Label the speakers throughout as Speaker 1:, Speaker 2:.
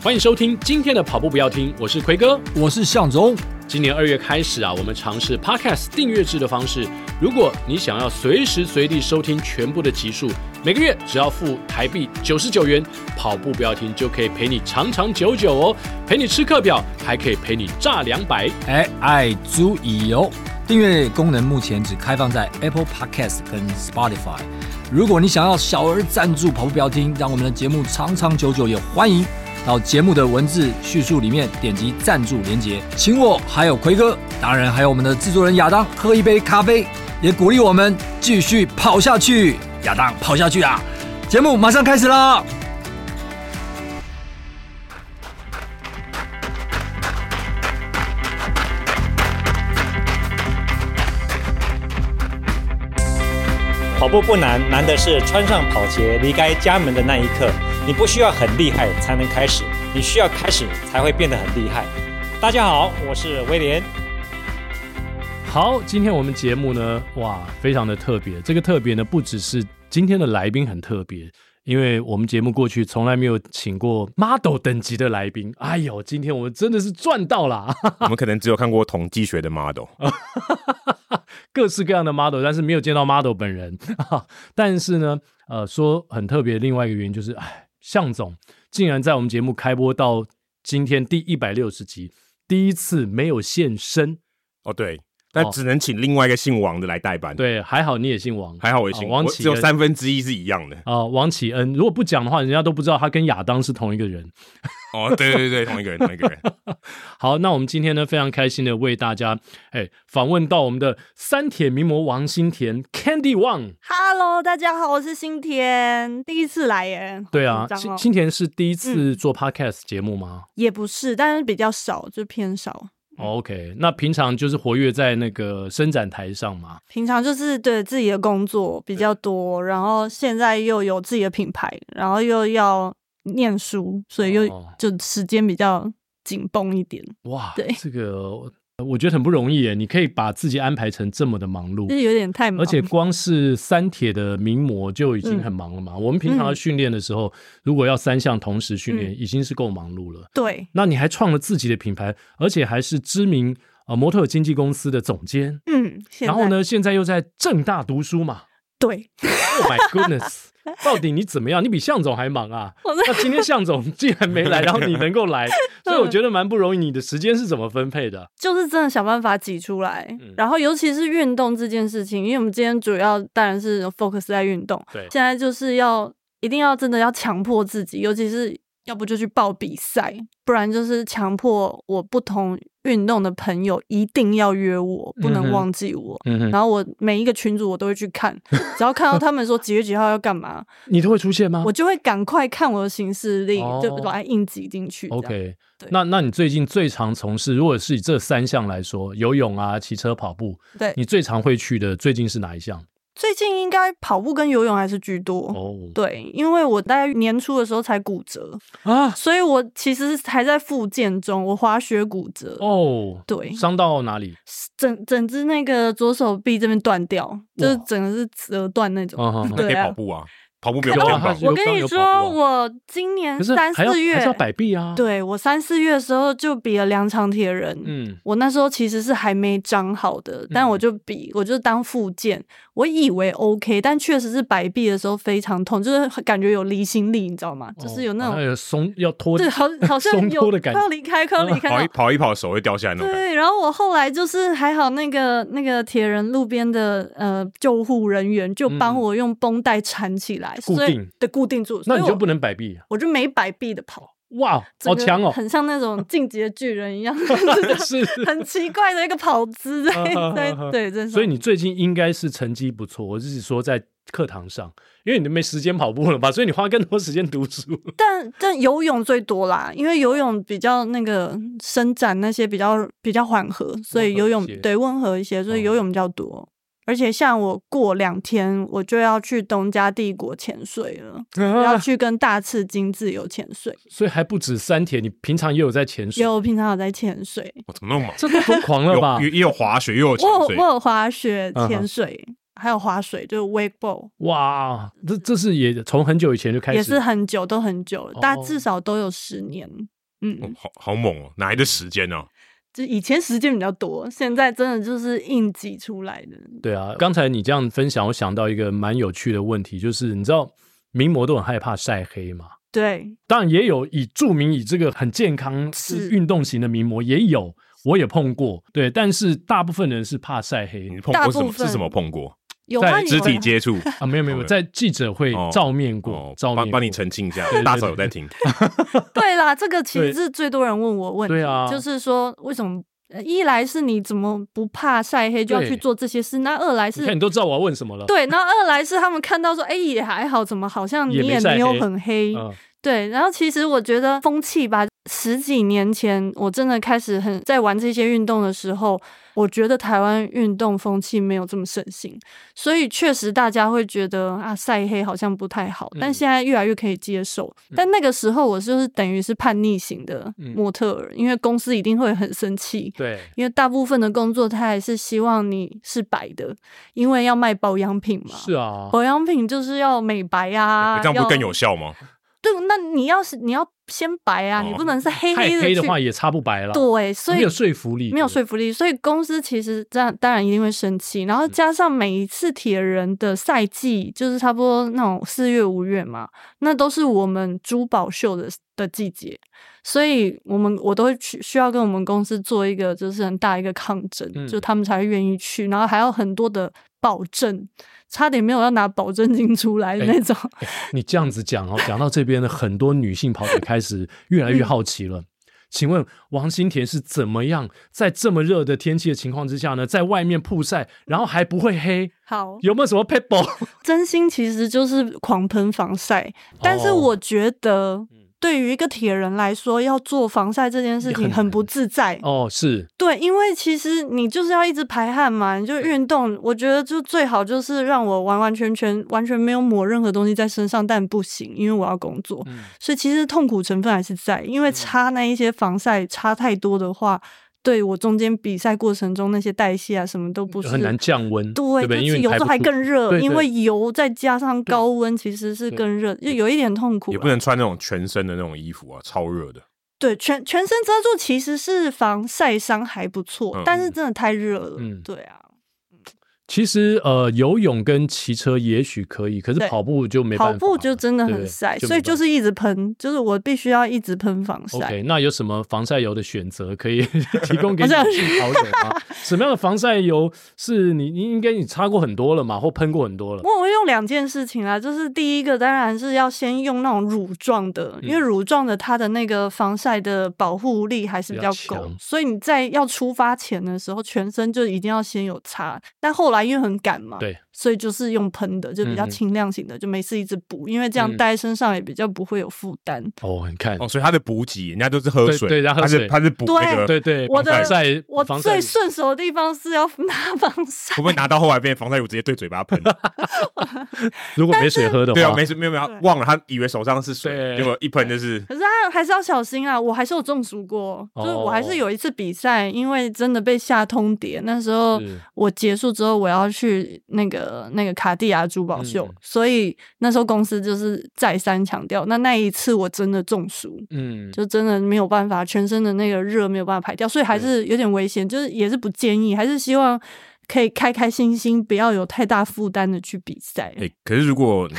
Speaker 1: 欢迎收听今天的跑步不要听，我是奎哥。
Speaker 2: 我是向总，
Speaker 1: 今年二月开始啊，我们尝试 Podcast 订阅制的方式。如果你想要随时随地收听全部的集数，每个月只要付台币九十九元，跑步不要停就可以陪你长长久久哦，陪你吃课表，还可以陪你炸两百。
Speaker 2: 哎，爱足以哦。订阅功能目前只开放在 Apple Podcast 跟 Spotify。如果你想要小额赞助跑步标听，让我们的节目长长久久，也欢迎到节目的文字叙述里面点击赞助连结，请我还有奎哥，当然还有我们的制作人亚当喝一杯咖啡，也鼓励我们继续跑下去。亚当跑下去啊！节目马上开始啦！
Speaker 3: 跑步不难，难的是穿上跑鞋离开家门的那一刻。你不需要很厉害才能开始，你需要开始才会变得很厉害。大家好，我是威廉。
Speaker 1: 好，今天我们节目呢，哇，非常的特别。这个特别呢，不只是今天的来宾很特别，因为我们节目过去从来没有请过 model 等级的来宾。哎呦，今天我们真的是赚到啦！
Speaker 4: 我们可能只有看过统计学的 model，
Speaker 1: 各式各样的 model，但是没有见到 model 本人。 但是呢，呃，说很特别，另外一个原因就是，哎，向总竟然在我们节目开播到今天第一百六十集，第一次没有现身。
Speaker 4: 哦对，但只能请另外一个姓王的来代班。，
Speaker 1: 对，还好你也姓王，
Speaker 4: 还好我也姓
Speaker 1: 啊王
Speaker 4: 王，我
Speaker 1: 启
Speaker 4: 只有
Speaker 1: 恩。
Speaker 4: 三分之一是一样的
Speaker 1: 啊、王启恩，如果不讲的话，人家都不知道他跟亚当是同一个人。
Speaker 4: 哦，对对对，同一个人，同一个 人。
Speaker 1: 好，那我们今天呢，非常开心的为大家，哎，访问到我们的三铁名模王新田 Candy Wang。
Speaker 5: Hello，大家好，我是新田，第一次来耶。
Speaker 1: 对啊，
Speaker 5: 好紧
Speaker 1: 新
Speaker 5: 张哦嗯
Speaker 1: 新田是第一次做 podcast 节目吗、
Speaker 5: 也不是，但是比较少，就偏少。
Speaker 1: 哦 o k 那平常就是活跃在那个伸展台上嘛。
Speaker 5: 平常就是对自己的工作比较多，然后现在又有自己的品牌，然后又要念书，所以又
Speaker 1: 哦
Speaker 5: 就时间比较紧绷一点，
Speaker 1: 哇，
Speaker 5: 对
Speaker 1: 这个我觉得很不容易耶，你可以把自己安排成这么的忙碌，
Speaker 5: 就是有点太忙。
Speaker 1: 而且光是三铁的名模就已经很忙了嘛。
Speaker 5: 嗯
Speaker 1: 我们平常要训练的时候，如果要三项同时训练，
Speaker 5: 嗯
Speaker 1: 已经是够忙碌了。
Speaker 5: 对，
Speaker 1: 那你还创了自己的品牌，而且还是知名呃模特经纪公司的总监。
Speaker 5: 嗯，现
Speaker 1: 然后
Speaker 5: 在？
Speaker 1: 呢，现在又在正大读书 嘛。
Speaker 5: 对，
Speaker 1: Oh my goodness！到底你怎么样？你比向总还忙啊！
Speaker 5: 我嗯在
Speaker 1: 那今天向总既然没来，然后你能够 来，所以我觉得蛮不容易。你的时间是怎么分配的？
Speaker 5: 就是真的想办法挤出来。
Speaker 1: 嗯
Speaker 5: 然后尤其是运动这件事情，因为我们今天主要当然是 focus 在运动，
Speaker 1: 对
Speaker 5: 现在就是要一定要真的要强迫自己，尤其是要不就去报比赛，不然就是强迫我不同运动的朋友一定要约我，不
Speaker 1: 嗯
Speaker 5: 能
Speaker 1: 哼
Speaker 5: 忘记我。
Speaker 1: 嗯哼，
Speaker 5: 然后我每一个群组我都会去看，只要看到他们说几月几号要 干嘛，
Speaker 1: 你都会出现吗
Speaker 5: 我就会赶快看我的行事历，就
Speaker 1: 啊哦
Speaker 5: 把它硬挤进去。这样
Speaker 1: OK，
Speaker 5: 对
Speaker 1: 那那你最近最常从事，如果是以这三项来说，游泳啊、骑车、跑步，
Speaker 5: 对，
Speaker 1: 你最常会去的最近是哪一项？
Speaker 5: 最近应该跑步跟游泳还是居多。
Speaker 1: 哦，
Speaker 5: 对，因为我大概年初的时候才骨折，
Speaker 1: 啊，
Speaker 5: 所以我其实还在复健中，我滑雪骨折，
Speaker 1: 哦，
Speaker 5: 对
Speaker 1: 伤到哪里？
Speaker 5: 整整只那个左手臂这边断掉，就是
Speaker 1: 哇
Speaker 5: 整个是折断那种。
Speaker 1: 嗯哼
Speaker 4: 那可
Speaker 5: 对
Speaker 4: 以
Speaker 5: 啊
Speaker 4: 跑，步啊，跑步没有
Speaker 1: 有啊
Speaker 4: 肩
Speaker 1: 它
Speaker 4: 膀
Speaker 1: 是。
Speaker 5: 我跟
Speaker 1: 有
Speaker 5: 你
Speaker 1: 有跑步啊
Speaker 5: 说，我今年
Speaker 1: 可是
Speaker 5: 三
Speaker 1: 还要
Speaker 5: 四
Speaker 1: 还
Speaker 5: 月
Speaker 1: 是要，摆臂啊。，
Speaker 5: 对我三四月的时候就比了两场铁人，
Speaker 1: 嗯，
Speaker 5: 我那时候其实是还没长好的，但我
Speaker 1: 嗯
Speaker 5: 就比我就当附件，我以为 OK，但确实是摆臂的时候非常痛，就是感觉有离心力，你知道吗？就是有那
Speaker 1: 哦
Speaker 5: 种
Speaker 1: 好像有松要脱，
Speaker 5: 对，好好
Speaker 1: 松
Speaker 5: 像有
Speaker 1: 脱的感
Speaker 5: 快要
Speaker 1: 觉。啊
Speaker 5: 离开，快要离开
Speaker 4: 跑一
Speaker 5: 了。
Speaker 4: 跑一跑，手会掉下来那种感觉。
Speaker 5: 对，然后我后来就是还好，那个那个铁人路边的呃救护人员就帮
Speaker 1: 嗯
Speaker 5: 我用绷带缠起来，
Speaker 1: 固
Speaker 5: 所以
Speaker 1: 定
Speaker 5: 对固定住，所
Speaker 1: 那
Speaker 5: 以
Speaker 1: 你就
Speaker 5: 我
Speaker 1: 不能摆 臂啊。
Speaker 5: 我就没摆臂的跑，
Speaker 1: 哇，
Speaker 5: 整
Speaker 1: 好
Speaker 5: 个
Speaker 1: 强哦！
Speaker 5: 很像那种进击的巨人一样，就是
Speaker 1: 是，
Speaker 5: 很奇怪的一个跑姿在
Speaker 1: 啊
Speaker 5: 在
Speaker 1: 啊啊
Speaker 5: 对，这
Speaker 1: 所以你最近应该是成绩不错。我是说在课堂上，因为你都没时间跑步了吧，所以你花更多时间读书。
Speaker 5: 但但游泳最多啦，因为游泳比较那个伸展那些比较比较缓和，所以
Speaker 1: 温和
Speaker 5: 游
Speaker 1: 一
Speaker 5: 泳
Speaker 1: 些
Speaker 5: 对温和一些，所以游
Speaker 1: 哦
Speaker 5: 泳比较多。而且像我过两天我就要去东加帝国潜水了，要
Speaker 1: 啊
Speaker 5: 去跟大赤金自由潜水。
Speaker 1: 所以还不止三铁，你平常也有在潜水，
Speaker 5: 有我平常有在潜水，
Speaker 4: 哦 我怎么那么
Speaker 1: 这太疯狂了吧
Speaker 4: 忙？有？也也有滑雪，又有潜
Speaker 5: 我有
Speaker 4: 水哦
Speaker 5: 我。有滑雪
Speaker 1: 嗯哼
Speaker 5: 潜水，还有划水，就是 wakeboard，
Speaker 1: 哇，这这是也从很久以前就开始，
Speaker 5: 也是很久，都很久了，大
Speaker 1: 哦
Speaker 5: 家至少都有十年。
Speaker 4: 哦
Speaker 5: 嗯，
Speaker 4: 好好猛哦，哪来的时间呢、
Speaker 5: 就以前时间比较多，现在真的就是硬挤出来的。
Speaker 1: 对啊，刚才你这样分享，我想到一个蛮有趣的问题，就是你知道名模都很害怕晒黑嘛？
Speaker 5: 对，
Speaker 1: 当然也有以著名以这个很健康是
Speaker 5: 是
Speaker 1: 运动型的名模也有，我也碰过，对，但是大部分人是怕晒黑
Speaker 4: 你碰过什
Speaker 5: 大
Speaker 4: 么？
Speaker 5: 部分
Speaker 4: 是什么碰过？
Speaker 5: 有
Speaker 1: 在
Speaker 5: 啊，你
Speaker 4: 肢体
Speaker 5: 们
Speaker 4: 接触
Speaker 1: 啊，没有没有，没有在记者会
Speaker 4: 哦
Speaker 1: 照面过
Speaker 4: 哦，，
Speaker 1: 照面
Speaker 4: 帮
Speaker 1: 过
Speaker 4: 帮你澄清一下
Speaker 1: 对对，
Speaker 4: 大嫂有在听。
Speaker 5: 对啦，这个其
Speaker 1: 对
Speaker 5: 实是最多人问我问题，
Speaker 1: 对啊
Speaker 5: 就是说为什么？呃一来是你怎么不怕晒黑就要
Speaker 1: 对
Speaker 5: 去做这些事，那二来
Speaker 1: 你看你
Speaker 5: 是
Speaker 1: 都知道我要问什么了，
Speaker 5: 对，那二来是他们看到说，哎、也还好，怎么好像你
Speaker 1: 也没
Speaker 5: 也
Speaker 1: 晒
Speaker 5: 没有
Speaker 1: 黑
Speaker 5: 很黑，
Speaker 1: 嗯，
Speaker 5: 对。然后其实我觉得风气吧，十几年前我真的开始很在玩这些运动的时候，我觉得台湾运动风气没有这么盛行，所以确实大家会觉得啊晒黑好像不太好，
Speaker 1: 嗯
Speaker 5: 但现在越来越可以接受。
Speaker 4: 嗯
Speaker 5: 但那个时候我就是等于是叛逆型的
Speaker 1: 嗯
Speaker 5: 模特儿，因为公司一定会很生气。
Speaker 1: 对，
Speaker 5: 因为大部分的工作，他还是希望你是白的，因为要卖保养品嘛。
Speaker 1: 是啊，
Speaker 5: 保养品就是要美白啊，
Speaker 4: 这样不
Speaker 5: 要
Speaker 4: 更有效吗？
Speaker 5: 对，那你要是你要先白啊，你
Speaker 4: 哦
Speaker 5: 不能是 黑
Speaker 1: 哎太
Speaker 5: 的
Speaker 1: 黑的
Speaker 5: 去
Speaker 1: 话也擦不白了，
Speaker 5: 对，所以
Speaker 1: 没有说服力，
Speaker 5: 没有说服力，所以公司其实这样当然一定会生气，然后
Speaker 1: 嗯
Speaker 5: 加上每一次铁人的赛季，就是差不多那种四月五月嘛，那都是我们珠宝秀的的季节，所以我们我都会去需要跟我们公司做一个就是很大一个抗争，
Speaker 1: 嗯
Speaker 5: 就他们才会愿意去，然后还要很多的保证，差点没有要拿保证金出来的
Speaker 1: 哎
Speaker 5: 那种。
Speaker 1: 你这样子讲哦，讲到这边呢，很多女性跑者开始越
Speaker 5: 嗯
Speaker 1: 来越好奇了。请问王心田是怎么样在这么热的天气的情况之下呢，在外面曝晒，然后还不会黑，
Speaker 5: 好，
Speaker 1: 有没有什么 people？
Speaker 5: 真心其实就是狂喷防晒，但
Speaker 1: 哦
Speaker 5: 是我觉得
Speaker 1: 嗯
Speaker 5: 对于一个铁人来说，要做防晒这件事
Speaker 1: 也很
Speaker 5: 情
Speaker 1: 难
Speaker 5: 很不自在。
Speaker 1: 哦，是
Speaker 5: 对，因为其实你就是要一直排汗嘛，你就运动，我觉得就最好就是让我完完全全完全没有抹任何东西在身上，但不行，因为我要工作，
Speaker 1: 嗯
Speaker 5: 所以其实痛苦成分还是在，因为擦那一些防晒擦太多的话。对我中间比赛过程中那些代谢啊，什么都不是
Speaker 1: 很难降温，
Speaker 5: 对，
Speaker 1: 对不对？因
Speaker 5: 就
Speaker 1: 为
Speaker 5: 是
Speaker 1: 你
Speaker 5: 有
Speaker 1: 排
Speaker 5: 时候还
Speaker 1: 不出
Speaker 5: 更热，
Speaker 1: 对对
Speaker 5: 因为油再加上高温，其实是更热，就有一点痛苦啊
Speaker 4: 也
Speaker 5: 啦。
Speaker 4: 不能穿那种全身的那种衣服啊，超热的。
Speaker 5: 对全全身遮住，其实是防晒伤还不错，
Speaker 4: 嗯
Speaker 5: 但是真的太热了。
Speaker 1: 嗯
Speaker 5: 对啊，
Speaker 1: 其实呃，游泳跟骑车也许可以，可是
Speaker 5: 对
Speaker 1: 跑步就没办法
Speaker 5: 跑
Speaker 1: 了，
Speaker 5: 步就真的
Speaker 1: 对
Speaker 5: 很晒，
Speaker 1: 没
Speaker 5: 所以就
Speaker 1: 办法
Speaker 5: 是一直喷，就是我必须要一直喷防晒。
Speaker 1: OK，那有什么防晒油的选择可以 提供给女
Speaker 5: 好像
Speaker 1: 性跑者 吗？什么样的防晒油是你你应该你擦过很多了嘛，或喷过很多了
Speaker 5: 不？过我会用两件事情啦，就是第一个当然是要先用那种乳状的，因为
Speaker 1: 嗯
Speaker 5: 乳状的它的那个防晒的保护力还是比较
Speaker 1: 比较
Speaker 5: 够
Speaker 1: 强，
Speaker 5: 所以你在要出发前的时候，全身就一定要先有擦。但后来因为很赶嘛，
Speaker 1: 对，
Speaker 5: 所以就是用喷的，就比较
Speaker 1: 嗯嗯
Speaker 5: 轻量型的，就没事一直补，因为这样
Speaker 1: 嗯
Speaker 5: 戴在身上也比较不会有负担。
Speaker 1: 哦，你看，
Speaker 4: 哦，所以他的补给，人家都是喝水，
Speaker 1: 对对人家喝
Speaker 4: 他
Speaker 1: 水
Speaker 4: 是他是补那个，
Speaker 1: 对对，
Speaker 5: 我的
Speaker 1: 防晒
Speaker 5: 我
Speaker 1: 防晒
Speaker 5: 最顺手的地方是要拿 防晒
Speaker 4: 会不，会拿到后来变防晒乳直接对嘴 巴喷？
Speaker 1: 如果没水喝的话，
Speaker 4: 对啊，没事，没有没有，
Speaker 5: 对
Speaker 4: 忘了他以为手上是水，
Speaker 1: 对
Speaker 4: 结果一喷就是
Speaker 5: 可是还还是要小心啊！我还是有中暑过，就是我还
Speaker 1: 哦
Speaker 5: 是有一次比赛，因为真的被下通牒。那时候
Speaker 1: 是
Speaker 5: 我结束之后，我要去那个那个卡地亚珠宝秀，
Speaker 1: 嗯
Speaker 5: 所以那时候公司就是再三强调，那那一次我真的中暑。
Speaker 1: 嗯，
Speaker 5: 就真的没有办法，全身的那个热没有办法排掉，所以还
Speaker 1: 对
Speaker 5: 是有点危险，就是也是不建议，还是希望可以开开心心，不要有太大负担的去比赛。
Speaker 4: 哎、可是如 果你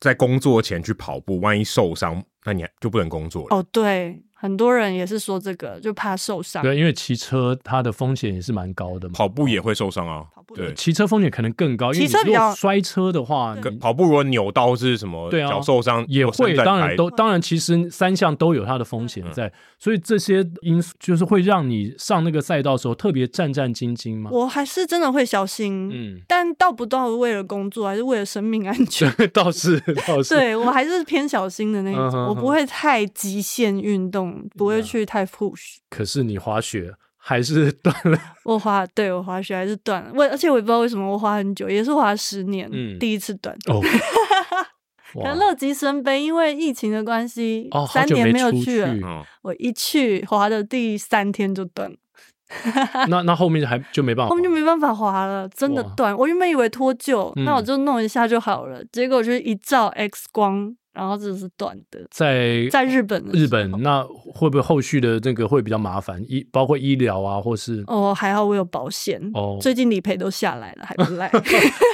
Speaker 4: 在工作前去跑步，万一受伤，那你还就不能工作了。
Speaker 5: 哦，对，很多人也是说这个，就怕受伤。
Speaker 1: 对，因为骑车它的风险也是蛮高的嘛，
Speaker 4: 跑步也会受伤啊
Speaker 5: 跑步，
Speaker 4: 对，
Speaker 1: 骑车风险可能更高，因为
Speaker 5: 骑车
Speaker 1: 你如
Speaker 5: 比
Speaker 1: 果
Speaker 5: 较
Speaker 1: 摔车的话，
Speaker 5: 对
Speaker 1: 你
Speaker 4: 跑步如果扭到是什么，
Speaker 1: 对啊
Speaker 4: 脚受伤
Speaker 1: 也
Speaker 4: 有伸
Speaker 1: 会，
Speaker 4: 展
Speaker 1: 当然
Speaker 4: 台
Speaker 1: 都当然，其实三项都有它的风险
Speaker 5: 嗯
Speaker 1: 在，所以这些因素就是会让你上那个赛道的时候特别战战兢兢嘛。
Speaker 5: 我还是真的会小心，
Speaker 1: 啊嗯，
Speaker 5: 但到不到为了工作，还是为了生命安 全。
Speaker 1: 这倒是倒是，
Speaker 5: 对我还是偏小心的那一
Speaker 1: 嗯哼
Speaker 5: 种，我不会太极限运动，不会去太 push。
Speaker 1: 可是你滑雪还是断了，
Speaker 5: 我滑，对我滑雪还是断了，我而且我也不知道为什么我滑很久，也是滑十年，
Speaker 1: 嗯
Speaker 5: 第一次断。
Speaker 1: 哦，
Speaker 5: 可能
Speaker 1: 哇，
Speaker 5: 乐极生悲，因为疫情的关系，
Speaker 1: 哦，好
Speaker 5: 三
Speaker 1: 久
Speaker 5: 年
Speaker 1: 没
Speaker 5: 有
Speaker 1: 出
Speaker 5: 去了。
Speaker 4: 嗯，
Speaker 5: 我一去滑的第三天就断了，
Speaker 1: 那那后面还就没办法
Speaker 5: 后
Speaker 1: 滑，
Speaker 5: 面就没办法滑了，真的
Speaker 1: 哦哇
Speaker 5: 断。我原本以为脱臼，
Speaker 1: 嗯
Speaker 5: 那我就弄一下就好了，结果就是一照 X 光，然后这是断的。
Speaker 1: 在
Speaker 5: 在日本的时候，
Speaker 1: 日本，那会不会后续的这个会比较麻烦？医包括医疗啊，或是
Speaker 5: 哦，还好我有保险，
Speaker 1: 哦
Speaker 5: 最近理赔都下来了，还不 赖。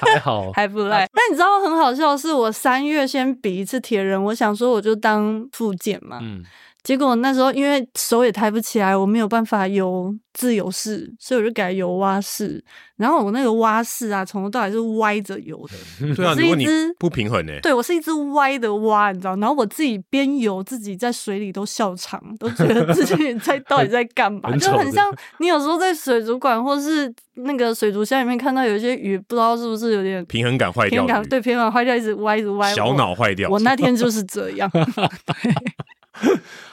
Speaker 1: 还好
Speaker 5: 还不赖。但你知道很好笑的是，我三月先比一次铁人，我想说我就当复健嘛。
Speaker 1: 嗯，
Speaker 5: 结果那时候因为手也抬不起来，我没有办法游自由式，所以我就改游蛙式。然后我那个蛙式啊，从头到尾是歪着游
Speaker 1: 嗯
Speaker 5: 的。
Speaker 4: 对啊，
Speaker 5: 是
Speaker 4: 如果
Speaker 5: 一
Speaker 4: 你
Speaker 5: 只
Speaker 4: 不平衡呢、欸，
Speaker 5: 对我是一只歪的蛙，你知道？然后我自己边游，自己在水里都笑场，都觉得自己 在到底在干嘛，
Speaker 1: 很
Speaker 5: 就
Speaker 1: 丑
Speaker 5: 很
Speaker 1: 的
Speaker 5: 像你有时候在水族馆或是那个水族箱里面看到有一些鱼，不知道是不是有点
Speaker 4: 平衡感坏
Speaker 5: 偏
Speaker 4: 掉，
Speaker 5: 感对偏感坏掉，一直歪，一直歪。
Speaker 4: 小
Speaker 5: 我
Speaker 4: 脑坏掉，
Speaker 5: 我那天就是这样，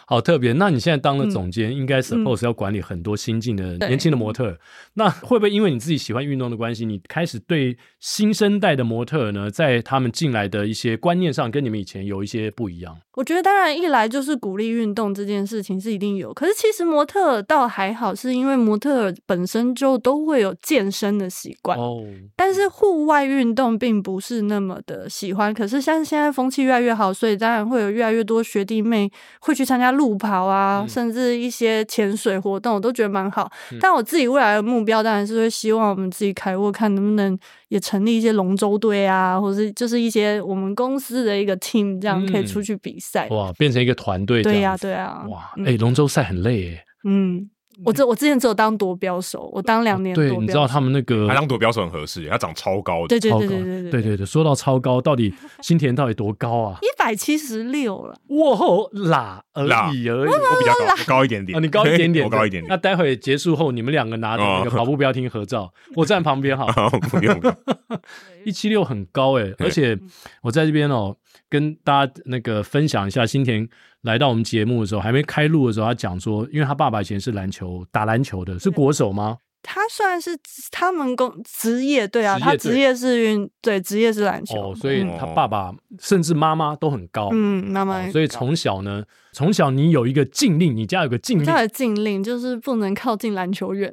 Speaker 1: 好特别。那你现在当了
Speaker 5: 嗯
Speaker 1: 总监，应该 suppose 要管理很多新进的
Speaker 5: 对
Speaker 1: 年轻的模特儿，那会不会因为你自己喜欢运动的关系，你开始对新生代的模特儿呢，在他们进来的一些观念上，跟你们以前有一些不一样？
Speaker 5: 我觉得当然一来就是鼓励运动这件事情是一定有，可是其实模特儿倒还好，是因为模特儿本身就都会有健身的习惯，
Speaker 1: 哦，
Speaker 5: 但是户外运动并不是那么的喜欢。可是像现在风气越来越好，所以当然会有越来越多学弟妹会去参加路跑啊，
Speaker 1: 嗯
Speaker 5: 甚至一些潜水活动，我都觉得蛮好。
Speaker 1: 嗯
Speaker 5: 但我自己未来的目标当然是会希望我们自己开握，看能不能也成立一些龙舟队啊，或是就是一些我们公司的一个 team，这样可以
Speaker 1: 嗯
Speaker 5: 出去比赛。
Speaker 1: 哇，变成一个团队这
Speaker 5: 对呀、
Speaker 1: 样子，
Speaker 5: 对呀、
Speaker 1: 哇，
Speaker 5: 嗯
Speaker 1: 哎、龙舟赛很累哎、
Speaker 5: 嗯，我这我之前只有当夺标手，我当两年夺标
Speaker 1: 哦对，
Speaker 5: 手、
Speaker 1: 你知道他们那个
Speaker 4: 他当夺标手很合适，他长超高的，
Speaker 5: 对对
Speaker 1: 超
Speaker 5: 对
Speaker 1: 高，
Speaker 5: 对对
Speaker 1: 对对对，说到超高，到底新田到底多高啊？
Speaker 5: 一百七十六了。
Speaker 1: 哇吼，啦而
Speaker 4: 啦
Speaker 1: 已而已。
Speaker 4: 我比较高，我高一点点，
Speaker 1: 啊，你高一点点，
Speaker 4: 我高一点
Speaker 1: 那
Speaker 4: 点，
Speaker 1: 待会结束后，你们两个拿着那个
Speaker 4: 哦
Speaker 1: 跑步标厅合照，我站旁 边好了。
Speaker 4: 好哦不用不用，
Speaker 1: 一七六很高哎、而且我在这边哦，跟大家那个分享一下，新田来到我们节目的时候，还没开录的时候，他讲说，因为他爸爸以前是篮球打篮球的，是国手吗？
Speaker 5: 他算是职他们公职业，对啊，
Speaker 1: 职业
Speaker 5: 他
Speaker 1: 队
Speaker 5: 职业是运，对，职业是篮球，
Speaker 1: 哦，所以
Speaker 5: 嗯
Speaker 1: 他爸爸甚至妈妈都很高，
Speaker 5: 嗯，妈妈、
Speaker 1: 哦所以从小呢，从小你有一个禁令，你家有个禁令
Speaker 5: 他，的禁令就是不能靠近篮 球员，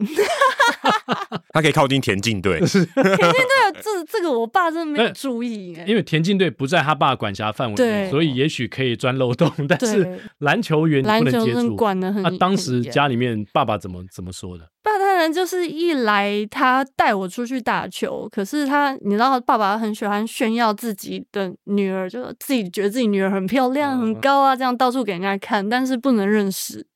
Speaker 4: 他可以靠近田径队，
Speaker 5: 这个这这个我爸真的没有注意哎、
Speaker 1: 因为田径队不在他爸管辖范围内，
Speaker 5: 对
Speaker 1: 所以也许可以钻漏洞，但是
Speaker 5: 对，
Speaker 1: 篮球员你
Speaker 5: 篮
Speaker 1: 不能
Speaker 5: 球
Speaker 1: 接
Speaker 5: 真的
Speaker 1: 触。
Speaker 5: 管的很。
Speaker 1: 那、当时
Speaker 5: 很严
Speaker 1: 家里面爸爸怎么怎么说的？
Speaker 5: 爸当然就是一来他带我出去打球，可是他你知道，爸爸很喜欢炫耀自己的女儿，就自己觉得自己女儿很漂
Speaker 1: 嗯
Speaker 5: 亮、很高啊，这样到处给人家看，但是不能认识，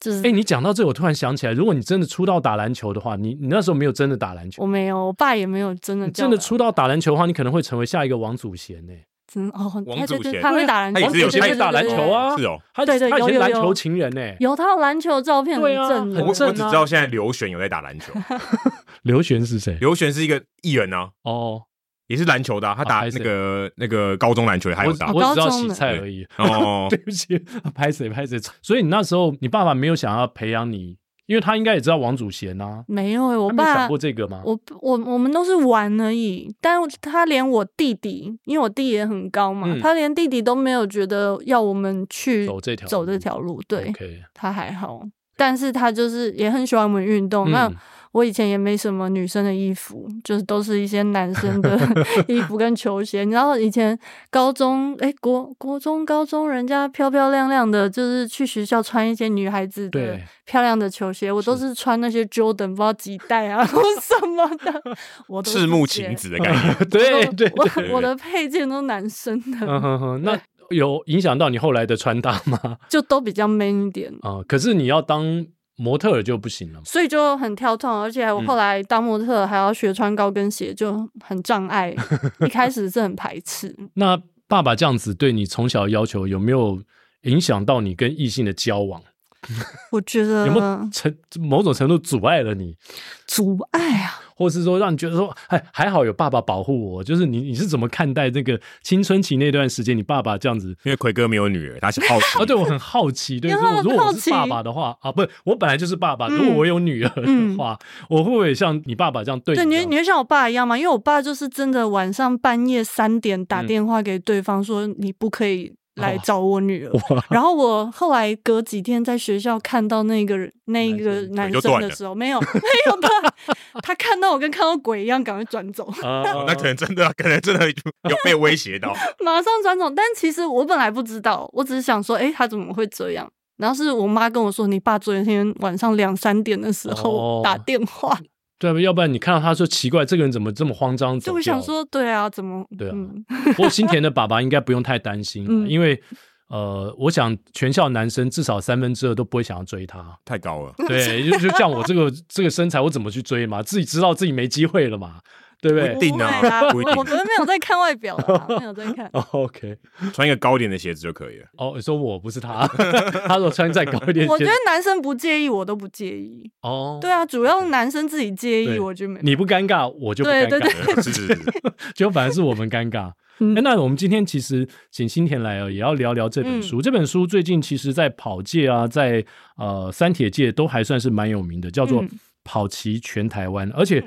Speaker 5: 就是
Speaker 1: 哎、你讲到这，我突然想起来，如果你真的出道打篮球的话，你你那时候没有真的打篮球，
Speaker 5: 我没有，我爸也没有真的
Speaker 1: 你
Speaker 5: 叫
Speaker 1: 真的
Speaker 5: 我
Speaker 1: 出道打篮球的话，你可能会成为下一个王祖贤呢、
Speaker 5: 真的哦，
Speaker 4: 王
Speaker 5: 他
Speaker 4: 祖
Speaker 5: 对对，
Speaker 4: 贤
Speaker 5: 他
Speaker 1: 对
Speaker 5: 会
Speaker 1: 啊
Speaker 5: 打篮
Speaker 4: 他
Speaker 5: 球，
Speaker 4: 也是有
Speaker 5: 对
Speaker 4: 参
Speaker 1: 与打篮球啊
Speaker 4: 是哦。
Speaker 1: 他
Speaker 5: 对对
Speaker 1: 他以前
Speaker 5: 有有
Speaker 1: 篮
Speaker 5: 有
Speaker 1: 球情人呢、欸，
Speaker 5: 有他有篮球的照片很
Speaker 1: 对啊
Speaker 5: 正的，
Speaker 1: 很
Speaker 4: 我我
Speaker 1: 正
Speaker 4: 只
Speaker 1: 啊
Speaker 4: 知道现在刘璇有在打篮球，
Speaker 1: 刘璇是谁？
Speaker 4: 刘璇是一个艺人啊，
Speaker 1: 哦，
Speaker 4: 也是篮球的啊、他
Speaker 1: 啊
Speaker 4: 打
Speaker 1: 拍谁
Speaker 4: 那个、那个高中篮球，还有打
Speaker 1: 我我只知道
Speaker 5: 高中
Speaker 1: 洗
Speaker 5: 的
Speaker 1: 菜而已。
Speaker 4: 哦
Speaker 1: 对，不起，拍谁拍谁。所以你那时候你爸爸没有想要培养你，因为他应该也知道王祖贤呐、
Speaker 5: 没有诶、我
Speaker 1: 他没有想
Speaker 5: 爸
Speaker 1: 过。这啊个吗？
Speaker 5: 我我我们都是玩而已，但他连我弟弟，因为我弟也很高嘛，
Speaker 1: 嗯
Speaker 5: 他连弟弟都没有觉得要我们去
Speaker 1: 走这条
Speaker 5: 走这
Speaker 1: 路嗯
Speaker 5: 条路，对
Speaker 1: OK，
Speaker 5: 他还好，但是他就是也很喜欢我们运动。那
Speaker 1: 嗯
Speaker 5: 我以前也没什么女生的衣服，就是都是一些男生的 衣服跟球鞋。你知道以前高中，哎、国国中、高中，人家漂漂亮亮的，就是去学校穿一些女孩子的
Speaker 1: 对
Speaker 5: 漂亮的球鞋，我都是穿那些 Jordan 不知道几代啊 或什么的，我都是
Speaker 4: 赤木
Speaker 5: 直接
Speaker 4: 晴子的概念，
Speaker 1: 对对
Speaker 5: 我
Speaker 1: 对，
Speaker 5: 我的配件都男生
Speaker 1: 嗯
Speaker 5: 的，
Speaker 1: 哼哼，那有影响到你后来的穿搭吗？
Speaker 5: 就都比较 man 一点。
Speaker 1: 啊、可是你要当模特儿就不行了嘛。
Speaker 5: 所以就很跳痛，而且我后来当模特还要学穿高跟鞋，就很障碍。一开始是很排斥，
Speaker 1: 那爸爸这样子对你从小的要求有没有影响到你跟异性的交往？
Speaker 5: 我觉
Speaker 1: 有没有
Speaker 5: 得
Speaker 1: 成某种程度阻碍了你？
Speaker 5: 阻碍啊，
Speaker 1: 或是说让你觉得说，哎，还好有爸爸保护我。就是你，你是怎么看待这个青春期那段时间，你爸爸这样子？
Speaker 4: 因为奎哥没有女儿，他是好奇。
Speaker 1: 啊，对我很好 奇，对，
Speaker 5: 你
Speaker 1: 如
Speaker 5: 很
Speaker 1: 果如果我
Speaker 5: 好
Speaker 1: 是
Speaker 5: 奇
Speaker 1: 爸爸的话啊，不是，我本来就是爸爸。
Speaker 5: 嗯
Speaker 1: 如果我有女儿的话，我会不会像你爸爸这样对
Speaker 5: 对，
Speaker 1: 你啊
Speaker 5: 你
Speaker 1: 这样？
Speaker 5: 会你会像我爸一样吗？因为我爸就是真的晚上半夜三点打
Speaker 1: 嗯
Speaker 5: 电话给对方说你不可以来找我女儿。然后我后来隔几天在学校看到那个人那一个
Speaker 4: 男
Speaker 5: 男
Speaker 4: 生腿就
Speaker 5: 生
Speaker 4: 断
Speaker 5: 的
Speaker 4: 了
Speaker 5: 时候，没有没有吧？ 他看到我跟看到鬼一样，赶快转走，
Speaker 4: 哦
Speaker 3: 啊
Speaker 4: 那可能真的， 可能真的有被威 胁到。
Speaker 5: 马上转走。但其实我本来不知道，我只是想说，诶，他怎么会这样？然后是我妈跟我说，你爸昨天晚上两三点的时
Speaker 1: 哦
Speaker 5: 候打电话，
Speaker 1: 对，要不然你看到他说奇怪，这个人怎么这么慌张？
Speaker 5: 就我想，说，对啊，怎么
Speaker 1: 对啊
Speaker 5: 嗯
Speaker 1: 不过新田的爸爸应该不用太担心，啊
Speaker 5: 嗯
Speaker 1: 因为呃，我想全校男生至少三分之二都不会想要追他。
Speaker 4: 太高了，
Speaker 1: 对，就就像我这个这个身材，我怎么去追嘛？自己知道自己没机会了嘛，对不
Speaker 4: 不
Speaker 1: 对。
Speaker 4: 一定啊
Speaker 5: 不会啦
Speaker 4: 不一定
Speaker 5: 我我们没有在看外表啦，没有在 看
Speaker 1: 哦？OK，
Speaker 4: 穿一个高点的鞋子就可 以了。
Speaker 1: 哦，你说我不是他， 他说穿再高一点，
Speaker 5: 我觉得男生不介意，我都不介意。
Speaker 1: 哦，
Speaker 5: 对啊，主要男生自己介
Speaker 1: 对
Speaker 5: 意，我觉得没。
Speaker 1: 你不尴尬，我就不尴
Speaker 5: 对
Speaker 1: 尬。
Speaker 5: 对对
Speaker 4: 是是是，
Speaker 1: 就反而是我们尴尬。
Speaker 5: 嗯
Speaker 1: 哎，那我们今天其实请新田来哦，也要聊聊这本
Speaker 5: 嗯
Speaker 1: 书。这本书最近其实，在跑界啊，在呃三铁界都还算是蛮有名的，叫做
Speaker 5: 嗯
Speaker 1: 《跑齐全台湾》，而且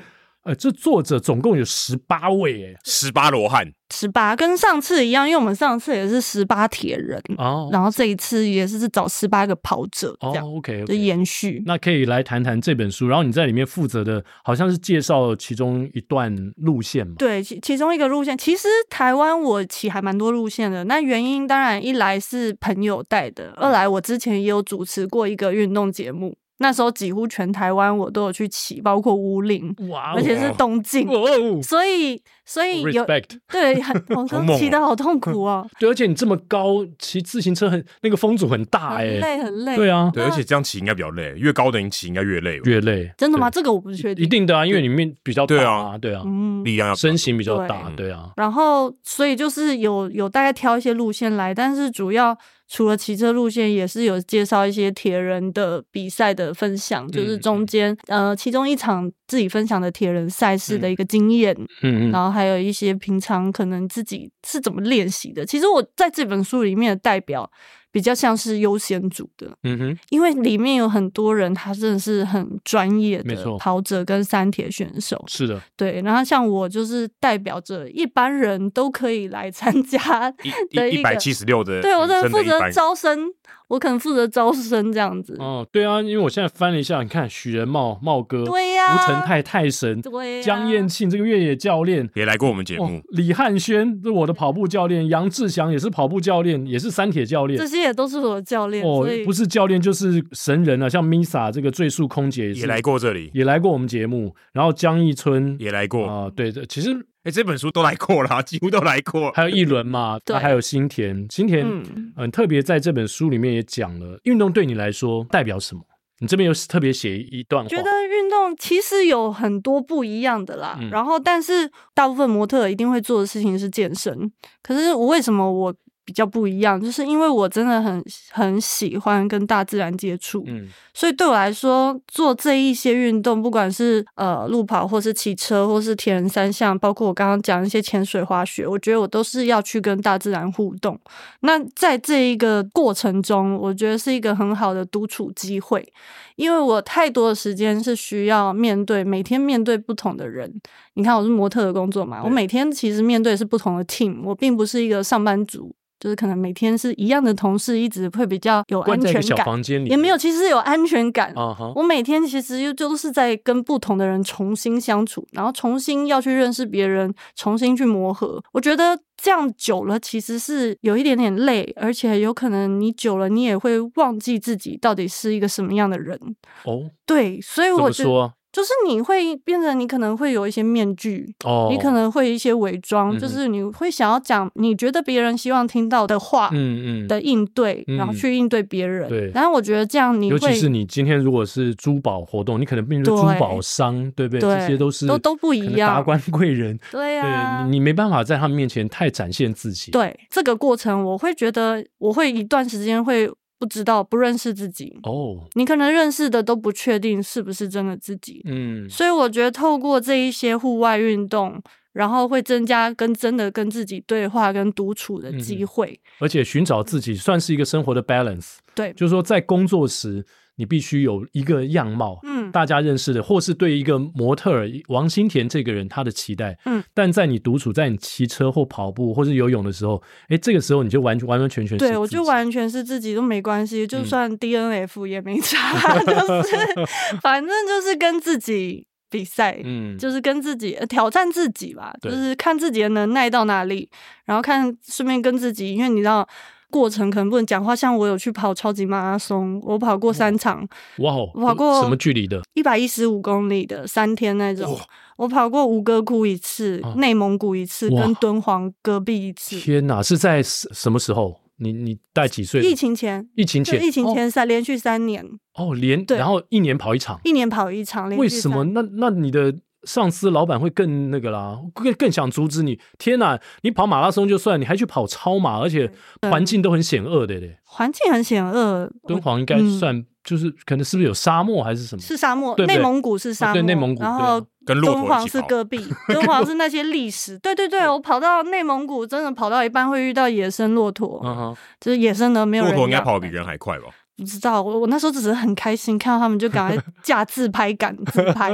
Speaker 1: 呃，这作者总共有十八位哎。
Speaker 4: 十八罗汉，
Speaker 5: 十八跟上次一样，因为我们上次也是十八铁人，
Speaker 1: 哦
Speaker 5: 然后这一次也是找十八个跑者，
Speaker 1: 哦
Speaker 5: 这样
Speaker 1: ，OK，
Speaker 5: 就延续。
Speaker 1: 那可以来谈谈这本书，然后你在里面负责的好像是介绍其中一段路线嘛？
Speaker 5: 对，其其中一个路线，其实台湾我骑还蛮多路线的。那原因当然一来是朋友带的，
Speaker 1: 嗯
Speaker 5: 二来我之前也有主持过一个运动节目，那时候几乎全台湾我都有去骑，包括乌林，
Speaker 1: 哇哦，
Speaker 5: 而且是东进。
Speaker 1: 哦
Speaker 5: 所以，所以有
Speaker 1: ，respect，
Speaker 5: 对，很我
Speaker 4: 好
Speaker 5: 刚
Speaker 4: 猛
Speaker 5: 骑
Speaker 4: 哦
Speaker 5: 的好痛苦哦，
Speaker 1: 对，而且你这么高，骑自行车很那个风阻很大哎、
Speaker 5: 很累很累。
Speaker 1: 对啊，
Speaker 4: 对，而且这样骑应该比较累，越高的你骑应该越累吧，
Speaker 1: 越累，
Speaker 5: 真的吗？这个我不确
Speaker 1: 啊
Speaker 5: 定。
Speaker 1: 一定的啊，因为里面比较大啊，对啊，
Speaker 5: 嗯，
Speaker 4: 力量要
Speaker 1: 身形比较大，
Speaker 4: 对
Speaker 1: 对啊，
Speaker 5: 然后所以就是有有大概挑一些路线来，但是主要除了骑车路线，也是有介绍一些铁人的比赛的分享，就是
Speaker 1: 嗯
Speaker 5: 中间呃其中一场自己分享的铁人赛事的一个经验，
Speaker 1: 嗯嗯，
Speaker 5: 然后还有一些平常可能自己是怎么练习的。其实我在这本书里面的代表比较像是优先组的，
Speaker 1: 嗯哼，
Speaker 5: 因为里面有很多人，他真的是很专业
Speaker 1: 没
Speaker 5: 的
Speaker 1: 错
Speaker 5: 跑者跟三铁选手。
Speaker 1: 是的，
Speaker 5: 对，然后像我就是代表着一般人都可以来参加。 的
Speaker 4: 一
Speaker 5: 一
Speaker 4: 一
Speaker 5: 个
Speaker 4: 百七十六的，
Speaker 5: 对我
Speaker 4: 真
Speaker 5: 在
Speaker 4: 的
Speaker 5: 负
Speaker 4: 一般
Speaker 5: 责
Speaker 4: 人
Speaker 5: 招生，我可能负责招生这样子。
Speaker 1: 哦，对啊，因为我现在翻了一下，你看许仁茂茂哥，
Speaker 5: 对呀
Speaker 1: 吴成泰泰神，
Speaker 5: 对、啊，
Speaker 1: 江燕庆这个越野教练。
Speaker 4: 也来过我们节
Speaker 1: 哦
Speaker 4: 目，，
Speaker 1: 李汉轩是我的跑步教练，杨志祥也是跑步教练，也是三铁教
Speaker 5: 这
Speaker 1: 练。
Speaker 5: 些也都是我的教练，
Speaker 1: 哦
Speaker 5: 所以，
Speaker 1: 不是教练就是神人啊，像 Misa 这个最速空姐也是
Speaker 4: 也来过这里，
Speaker 1: 也来过我们节目，然后江一春
Speaker 4: 也来过，
Speaker 1: 啊、对对，其实
Speaker 4: 哎，这本书都来过啦，几乎都来过，
Speaker 1: 还有一轮嘛，
Speaker 5: 对
Speaker 1: 那还有新田，新田
Speaker 5: 嗯，
Speaker 1: 嗯，特别在这本书里面也讲了，运动对你来说代表什么？你这边有特别写一段话，
Speaker 5: 觉得运动其实有很多不一样的啦。
Speaker 1: 嗯
Speaker 5: 然后，但是大部分模特儿一定会做的事情是健身。可是我为什么我比较不一样？就是因为我真的很很喜欢跟大自然接触，
Speaker 1: 嗯
Speaker 5: 所以对我来说，做这一些运动，不管是呃路跑，或是骑车，或是铁人三项，包括我刚刚讲一些潜水、滑雪，我觉得我都是要去跟大自然互动。那在这一个过程中，我觉得是一个很好的独处机会，因为我太多的时间是需要面对每天面对不同的人。你看，我是模特的工作嘛，我每天其实面对的是不同的 team，我并不是一个上班族。就是可能每天是一样的同事，一直会比较有安
Speaker 1: 关在一
Speaker 5: 全
Speaker 1: 个小
Speaker 5: 感，
Speaker 1: 房间里
Speaker 5: 也没有，其实有安全感。
Speaker 1: 啊哈，
Speaker 5: 我每天其实又就是在跟不同的人重新相处，然后重新要去认识别人，重新去磨合。我觉得这样久了其实是有一点点累，而且有可能你久了你也会忘记自己到底是一个什么样的人。
Speaker 1: 哦，
Speaker 5: 对，所以
Speaker 1: 怎
Speaker 5: 我
Speaker 1: 么
Speaker 5: 觉得
Speaker 1: 说？
Speaker 5: 就是你会变成你可能会有一些面具，
Speaker 1: 哦，
Speaker 5: 你可能会一些伪装，
Speaker 1: 嗯
Speaker 5: 就
Speaker 1: 哼
Speaker 5: 是你会想要讲你觉得别人希望听到的话。
Speaker 1: 嗯嗯，
Speaker 5: 的应对，然后
Speaker 1: 嗯
Speaker 5: 去应对别人。
Speaker 1: 对
Speaker 5: 然后我觉得这样你
Speaker 1: 尤
Speaker 5: 会，
Speaker 1: 其是你今天如果是珠宝活动，你可能并不是珠
Speaker 5: 对
Speaker 1: 宝商，对不对？
Speaker 5: 对
Speaker 1: 这些都是
Speaker 5: 都都不一
Speaker 1: 可能
Speaker 5: 样
Speaker 1: 达官贵人，
Speaker 5: 对呀、
Speaker 1: 对你你没办法在他们面前太展现自己。
Speaker 5: 对这个过程，我会觉得我会一段时间会不知道、不认识自己，
Speaker 1: 哦，
Speaker 5: 你可能认识的都不确定是不是真的自己。
Speaker 1: 嗯，
Speaker 5: 所以我觉得透过这一些户外运动，然后会增加跟真的跟自己对话跟独处的
Speaker 1: 嗯
Speaker 5: 机
Speaker 1: 嗯
Speaker 5: 会。
Speaker 1: 而且寻找自己算是一个生活的 balance，
Speaker 5: 对，
Speaker 1: 就是说在工作时你必须有一个样貌，
Speaker 5: 嗯嗯
Speaker 1: 大家认识的，或是对一个模特儿王新田这个人他的期待，
Speaker 5: 嗯，
Speaker 1: 但在你独处，在你骑车或跑步或是游泳的时候，哎，这个时候你就完完完全全是
Speaker 5: 对，我
Speaker 1: 自
Speaker 5: 就
Speaker 1: 己，嗯
Speaker 5: 完全是自己都没关系，就算 DNF 也没差， 就是 反正就是跟自己比赛，
Speaker 1: 嗯，
Speaker 5: 就是跟自己、呃挑战自己吧，就
Speaker 1: 对
Speaker 5: 是看自己的能耐到哪里，然后看顺便跟自己，因为你知道。过程可能不能讲话，像我有去跑超级马拉松，我跑过三场，
Speaker 1: 哇哦，
Speaker 5: 跑过
Speaker 1: 什么距离的？
Speaker 5: 一百一十五公里的三天那种。我跑过吴哥窟一次
Speaker 1: 啊，
Speaker 5: 内、蒙古一次，
Speaker 1: 哇
Speaker 5: 跟敦煌戈壁一次。
Speaker 1: 天哪，是在什什么时候？你你带几岁？
Speaker 5: 疫情前，
Speaker 1: 疫情
Speaker 5: 就
Speaker 1: 前，
Speaker 5: 疫情前三、连续三年，
Speaker 1: 哦，哦连
Speaker 5: 对
Speaker 1: 然后一年跑一场，
Speaker 5: 一年跑一场，连续
Speaker 1: 为什么？
Speaker 5: 三
Speaker 1: 那那你的上司老板会更那个啦，更更想阻止你。天哪，你跑马拉松就算，你还去跑超马，而且环境都很险恶的嘞。
Speaker 5: 环境很险恶？
Speaker 1: 敦煌应该
Speaker 5: 嗯嗯
Speaker 1: 算就是可能是不是有沙漠还是什么？
Speaker 5: 是沙漠，
Speaker 1: 对不对
Speaker 5: 内蒙古是沙
Speaker 1: 啊
Speaker 5: 漠，
Speaker 1: 对内蒙古
Speaker 5: 然
Speaker 1: 对啊
Speaker 5: 后
Speaker 4: 跟骆
Speaker 5: 敦
Speaker 4: 驼
Speaker 5: 煌
Speaker 4: 一起
Speaker 5: 是
Speaker 4: 跑，
Speaker 5: 戈壁， 敦煌是那些历史。对对对，我跑到内蒙古，真的跑到一半会遇到野生骆驼，
Speaker 1: 嗯 哼，
Speaker 5: 就是野生的没有
Speaker 4: 骆
Speaker 5: 人
Speaker 4: 驼应该
Speaker 5: 养
Speaker 4: 跑得比人还快吧？
Speaker 5: 不知道，我我那时候只是很开心，看到他们就赶 快架自拍杆自拍。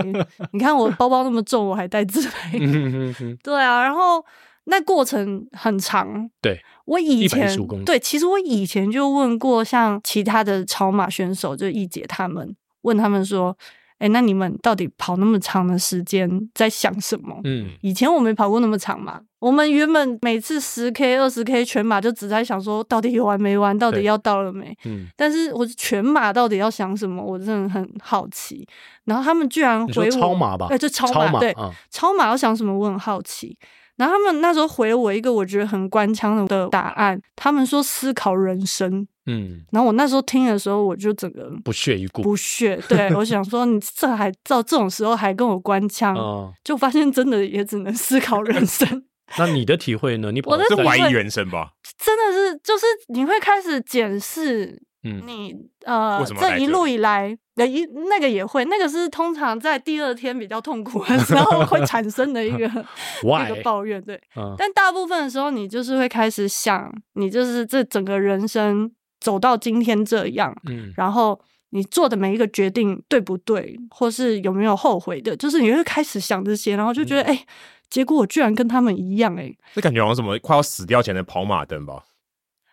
Speaker 5: 你看我包包那么重，我还带自拍。
Speaker 1: 嗯哼哼哼
Speaker 5: 对啊，然后那过程很长。
Speaker 1: 对，
Speaker 5: 我以前
Speaker 1: 115公里
Speaker 5: 对，其实我以前就问过像其他的超马选手，就一姐他们，问他们说：“哎，那你们到底跑那么长的时间在想什么？”
Speaker 1: 嗯，
Speaker 5: 以前我没跑过那么长嘛，我们原本每次十 K、二十 K 全马就只在想说，到底有完没完，到底
Speaker 1: 对
Speaker 5: 要到了没？
Speaker 1: 嗯，
Speaker 5: 但是我全马到底要想什么，我真的很好奇。然后他们居然
Speaker 1: 你
Speaker 5: 回
Speaker 1: 说
Speaker 5: 我哎
Speaker 1: 超马吧
Speaker 5: 对，就超
Speaker 1: 超马
Speaker 5: 对，
Speaker 1: 啊
Speaker 5: 超马要想什么，我很好奇。然后他们那时候回我一个我觉得很官腔的答案，他们说思考人生。
Speaker 1: 嗯，
Speaker 5: 然后我那时候听的时候，我就整个
Speaker 1: 不屑一顾
Speaker 5: 不屑，对我想说你这还到这种时候还跟我官腔，
Speaker 1: 啊。
Speaker 5: 就发现真的也只能思考人生。
Speaker 1: 那你的体会呢？你跑
Speaker 5: 我的
Speaker 1: 在
Speaker 4: 这
Speaker 5: 体
Speaker 4: 怀
Speaker 5: 会
Speaker 4: 疑人生吧？
Speaker 5: 真的是，就是你会开始检视
Speaker 1: 嗯
Speaker 5: 你、呃
Speaker 4: 为什么来
Speaker 5: 这一
Speaker 4: 这
Speaker 5: 路以来，呃一那个也会，那个是通常在第二天比较痛苦的时候会产生的一个一个
Speaker 1: ，why？
Speaker 5: 抱怨，对。
Speaker 1: 嗯
Speaker 5: 但大部分的时候，你就是会开始想，你就是这整个人生走到今天这样，
Speaker 1: 嗯
Speaker 5: 然后你做的每一个决定对不对，或是有没有后悔的，就是你会开始想这些，然后就觉得哎、结果我居然跟他们一样哎、
Speaker 4: 这感觉好像什么快要死掉前的跑马灯吧？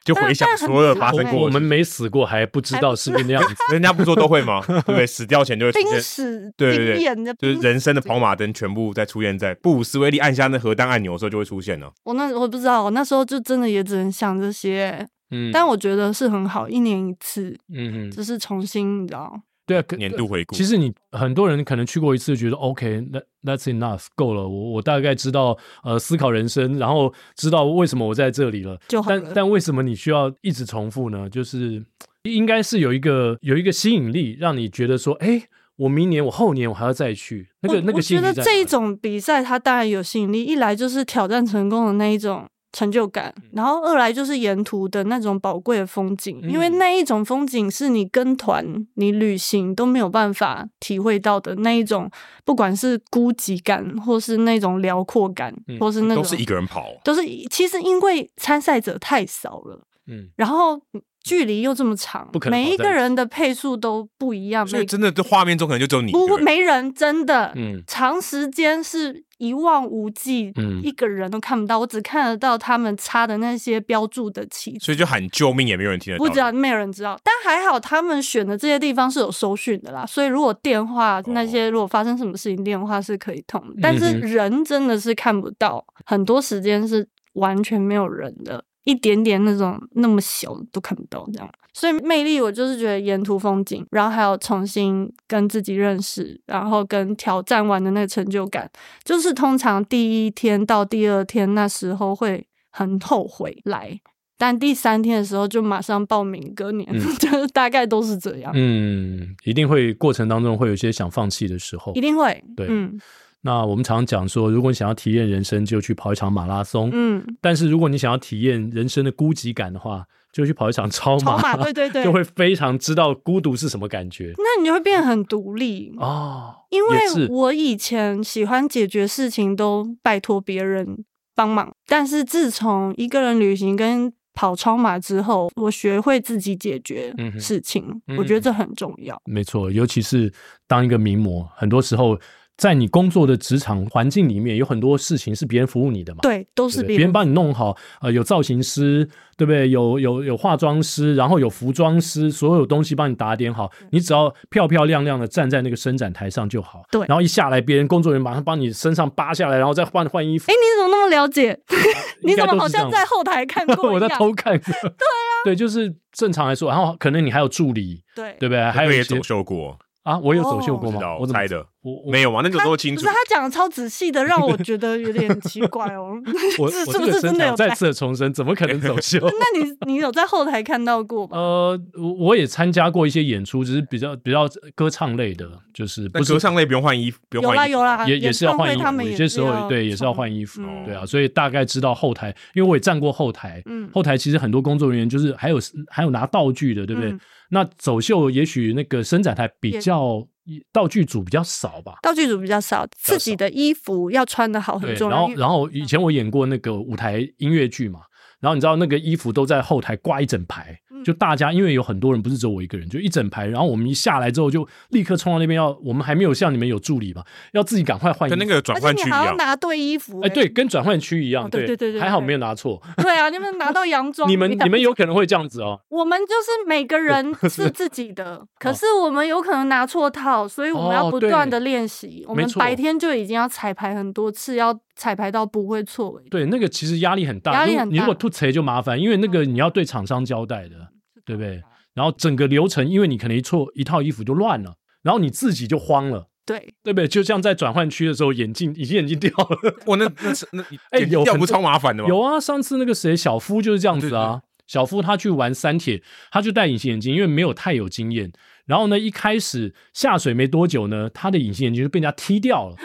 Speaker 4: 就
Speaker 5: 但
Speaker 4: 回想
Speaker 5: 但很
Speaker 4: 所有
Speaker 5: 长
Speaker 4: 发生
Speaker 5: 欸
Speaker 4: 过
Speaker 1: 哦我
Speaker 4: 的
Speaker 1: 们没死过还不知道是不是那样 子。
Speaker 4: 人家不说都 会吗？对不对？死掉前就会出
Speaker 5: 濒
Speaker 4: 现，
Speaker 5: 死
Speaker 4: 对对
Speaker 5: 经
Speaker 4: 对
Speaker 5: 验的，
Speaker 4: 就是
Speaker 5: 濒
Speaker 4: 人生的
Speaker 5: 死
Speaker 4: 跑马灯全部在出现在布鲁斯威利按下那核弹按钮的时候就会出现了。
Speaker 5: 我那我不知道，我那时候就真的也只能想这些，
Speaker 1: 嗯，
Speaker 5: 但我觉得是很好，一年一次，
Speaker 1: 嗯嗯，
Speaker 5: 就是重新，你知道，
Speaker 1: 对啊，可
Speaker 4: 年度回顾
Speaker 1: 其实你很多人可能去过一次，觉得 OK，那 That's enough，够了。我我大概知道呃思考人生，然后知道为什么我在这里了。
Speaker 5: 就好
Speaker 1: 但
Speaker 5: 了
Speaker 1: 但为什么你需要一直重复呢？就是应该是有一个有一个吸引力，让你觉得说，哎，我明年我后年我还要再去。那个
Speaker 5: 我
Speaker 1: 那个
Speaker 5: 我
Speaker 1: 吸引
Speaker 5: 觉
Speaker 1: 力
Speaker 5: 得
Speaker 1: 在
Speaker 5: 这一
Speaker 1: 哪
Speaker 5: 种比赛它当然有吸引力，一来就是挑战成功的那一种成就感，
Speaker 4: 嗯
Speaker 5: 然后二来就是沿途的那种宝贵的风景，因为
Speaker 1: 嗯
Speaker 5: 那一种风景是你跟团、你旅行都没有办法体会到的那一种，不管是孤寂感，或是那种辽阔感，
Speaker 1: 嗯
Speaker 5: 或是那种
Speaker 4: 都是一个人跑，
Speaker 5: 都是一其实因为参赛者太少了。
Speaker 1: 嗯，
Speaker 5: 然后距离又这么长，
Speaker 1: 不可能
Speaker 5: 每一
Speaker 1: 跑在
Speaker 5: 个人的配速都不一样，
Speaker 4: 所以
Speaker 5: 每
Speaker 4: 真的，这画面中可能就只有你一
Speaker 5: 不
Speaker 4: 个人。
Speaker 5: 没人真的，
Speaker 1: 嗯
Speaker 5: 长时间是一望无际，
Speaker 1: 嗯
Speaker 5: 一个人都看不到，我只看得到他们插的那些标注的旗子。
Speaker 4: 所以就喊救命也没有人听得到。
Speaker 5: 不知道，没有人知道，但还好他们选的这些地方是有搜讯的啦，所以如果电话那些如果发生什么事情，电话是可以通的，但是
Speaker 1: 哦嗯哼
Speaker 5: 人真的是看不到，很多时间是完全没有人的，一点点那种那么小都看不到这样，所以魅力我就是觉得沿途风景，然后还有重新跟自己认识，然后跟挑战完的那个成就感，就是通常第一天到第二天那时候会很后悔来，但第三天的时候就马上报名隔年，
Speaker 1: 嗯
Speaker 5: 就是大概都是这样，
Speaker 1: 嗯，一定会过程当中会有一些想放弃的时候
Speaker 5: 一。定会。
Speaker 1: 对
Speaker 5: 嗯
Speaker 1: 那我们常讲说，如果你想要体验人生，就去跑一场马拉松。
Speaker 5: 嗯，
Speaker 1: 但是如果你想要体验人生的孤寂感的话，就去跑一场超
Speaker 5: 筹
Speaker 1: 马，
Speaker 5: 码对对对，
Speaker 1: 就会非常知道孤独是什么感觉
Speaker 5: 那你就会变得很独立。
Speaker 1: 哦。
Speaker 5: 因
Speaker 1: 也是
Speaker 5: 为我以前喜欢解决事情都拜托别人帮忙，但是自从一个人旅行跟跑超马之后，我学会自己解决
Speaker 1: 嗯哼
Speaker 5: 事情，
Speaker 1: 嗯
Speaker 5: 我觉得这很重要。
Speaker 1: 没错，尤其是当一个名模，很多时候在你工作的职场环境里面，有很多事情是别人服务你的嘛。
Speaker 5: 对，都
Speaker 1: 对
Speaker 5: 是
Speaker 1: 不对
Speaker 5: 别
Speaker 1: 别人帮你弄好，呃，有造型师，对不对？有有有化妆师，然后有服装师，所有东西帮你打点好，
Speaker 5: 嗯
Speaker 1: 你只要漂漂亮亮的站在那个伸展台上就好。
Speaker 5: 对
Speaker 1: 然后一下来，别人工作人员马上帮你身上扒下来，然后再换换衣服。
Speaker 5: 哎、你怎么那么 了解？ 你
Speaker 1: 应该
Speaker 5: 怎么
Speaker 1: 都
Speaker 5: 好
Speaker 1: 是这样
Speaker 5: 像在后台看 过
Speaker 1: 我
Speaker 5: 一
Speaker 1: 在
Speaker 5: 样？
Speaker 1: 偷看。 对啊，对，就是正常来说，然后可能你还有助理，
Speaker 5: 对
Speaker 1: 对不对？还有
Speaker 4: 我
Speaker 1: 一
Speaker 4: 也
Speaker 1: 些
Speaker 4: 走秀过，
Speaker 1: 啊，我有走
Speaker 5: 哦
Speaker 1: 秀过
Speaker 4: 不
Speaker 1: 吗？
Speaker 4: 知道
Speaker 1: 我怎么
Speaker 4: 猜的？
Speaker 1: 我我
Speaker 4: 没有啊，那个
Speaker 5: 他
Speaker 4: 都清
Speaker 5: 不
Speaker 4: 楚
Speaker 5: 是他。讲的超仔细的，让我觉得 有点奇怪哦。
Speaker 1: 我
Speaker 5: 是
Speaker 1: 我
Speaker 5: 是
Speaker 1: 这
Speaker 5: 不
Speaker 1: 个身
Speaker 5: 是真的
Speaker 1: 材
Speaker 5: 有
Speaker 1: 再
Speaker 5: 在
Speaker 1: 次的重生，怎么可能走 秀？
Speaker 5: 那 你你有在后台看到过吗？
Speaker 1: 呃，我我也参加过一些演出，只是比较比较歌唱类的，就是不
Speaker 4: 那
Speaker 1: 是
Speaker 4: 歌唱类不用换衣服，
Speaker 1: 呃
Speaker 4: 不用
Speaker 5: 有啦啊
Speaker 4: 换衣服。
Speaker 5: 有啦，
Speaker 1: 也
Speaker 5: 演
Speaker 1: 也是要
Speaker 5: 唱会
Speaker 1: 换衣
Speaker 5: 他
Speaker 1: 服，
Speaker 5: 们
Speaker 1: 有
Speaker 5: 也
Speaker 1: 些
Speaker 5: 是
Speaker 1: 时候对也是要
Speaker 5: 重
Speaker 1: 换衣服，
Speaker 5: 嗯
Speaker 1: 对啊，所以大概知道后台，因为我也站过后台，
Speaker 5: 嗯
Speaker 1: 后台其实很多工作人员就是还有还有拿道具的，对不对？
Speaker 5: 嗯
Speaker 1: 那走秀也许那个伸展台比
Speaker 5: 也
Speaker 1: 较道具组比较少吧。
Speaker 5: 道具组比较少，自己的衣服要穿的好
Speaker 1: 对
Speaker 5: 很，重
Speaker 1: 然
Speaker 5: 要。
Speaker 1: 后
Speaker 5: 因为嗯
Speaker 1: 然后以前我演过那个舞台音乐剧嘛，然后你知道那个衣服都在后台挂一整排，
Speaker 5: 嗯
Speaker 1: 就大家因为有很多人，不是只有我一个人，就一整排。然后我们一下来之后，就立刻冲到那边要，我们还没有像你们有助理嘛，要自己赶快换衣
Speaker 4: 跟
Speaker 1: 服
Speaker 4: 那。个转
Speaker 5: 啊而且
Speaker 4: 换
Speaker 5: 你
Speaker 4: 区一
Speaker 5: 还要
Speaker 4: 样，
Speaker 5: 拿对衣服、
Speaker 1: 哎，
Speaker 5: 哎，
Speaker 1: 对，跟转换区一样，
Speaker 5: 哦对对对对
Speaker 1: 还好
Speaker 5: 对
Speaker 1: 没有拿错。
Speaker 5: 对啊，你们拿到洋装一
Speaker 1: 你
Speaker 5: 样，
Speaker 1: 们你们有可能会这样子哦，
Speaker 5: 我们就是每 个人是自己的，可是我们有可能拿错套，所以我们
Speaker 1: 哦
Speaker 5: 要不断
Speaker 1: 对
Speaker 5: 的练习。我
Speaker 1: 没
Speaker 5: 们
Speaker 1: 错
Speaker 5: 白天就已经要彩排很多次，要彩排到不会错为止。
Speaker 1: 对，那个其实压力很大。
Speaker 5: 压力
Speaker 1: 如
Speaker 5: 很
Speaker 1: 你如
Speaker 5: 大嗯
Speaker 1: 果吐槽就麻烦，因为那个你要对厂商交代的，对不
Speaker 5: 啊
Speaker 1: 对？然后整个流程，因为你可能一错一套衣服就乱了，然后你自己就慌了。
Speaker 5: 对，
Speaker 1: 对不对？就像在转换区的时候，眼镜已经眼镜掉了。
Speaker 4: 哇，那那是那
Speaker 1: 哎
Speaker 4: 剪
Speaker 1: 有
Speaker 4: 掉
Speaker 1: 很
Speaker 4: 不是
Speaker 1: 多
Speaker 4: 超麻烦的吗？
Speaker 1: 有啊，上次那个谁小夫就是这样子
Speaker 4: 对对
Speaker 1: 啊。小夫他去玩三铁，他就戴隐形眼镜，因为没有太有经验。然后呢，一开始下水没多久呢，他的隐形眼镜就被人家踢掉 了。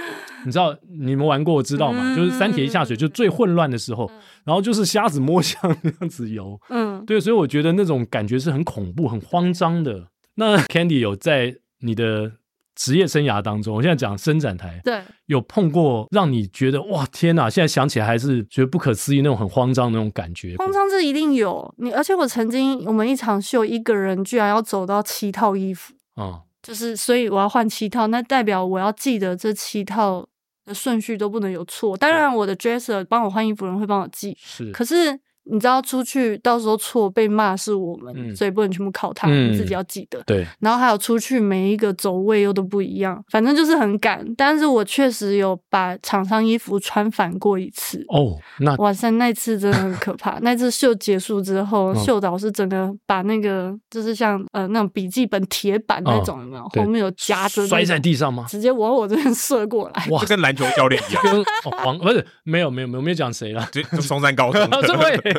Speaker 1: 你知道你们玩过，我知道嘛？
Speaker 5: 嗯
Speaker 1: 就是三铁一下水就最混乱的时候，然后就是瞎子摸象那样子游。
Speaker 5: 嗯，
Speaker 1: 对，所以我觉得那种感觉是很恐怖、很慌张的。那 Candy 有在你的职业生涯当中，我现在讲伸展台，
Speaker 5: 对，
Speaker 1: 有碰过让你觉得哇天哪，现在想起来还是觉得不可思议那种很慌张的那种感觉？
Speaker 5: 通常这一定有你，而且我曾经我们一场秀，一个人居然要走到七套衣服，
Speaker 1: 啊、
Speaker 5: 就是所以我要换七套，那代表我要记得这七套的顺序都不能有错。当然，我的 dresser 帮我换衣服的人会帮我记，
Speaker 1: 是，
Speaker 5: 可是你知道出去到时候错被骂是我们，
Speaker 1: 嗯
Speaker 5: 所以不能全部靠他，
Speaker 1: 嗯
Speaker 5: 你自己要记得。
Speaker 1: 对，
Speaker 5: 然后还有出去每一个走位又都不一样，反正就是很赶。但是我确实有把厂商衣服穿反过一次。
Speaker 1: 哦，那
Speaker 5: 哇塞，那次真的很可怕。那次秀结束之后，
Speaker 1: 嗯
Speaker 5: 秀导是整个把那个就是像呃那种笔记本铁板那种，有没有？
Speaker 1: 嗯对
Speaker 5: 后面有夹着那
Speaker 1: 摔在
Speaker 5: 种
Speaker 1: 地上 吗？
Speaker 5: 直接往我这边射过来。
Speaker 1: 哇
Speaker 4: 就，跟篮球教练一 样，。
Speaker 1: 跟、哦、黄不是没有没有没有没有讲谁 了
Speaker 4: 就就松山高中的
Speaker 1: 这位，哎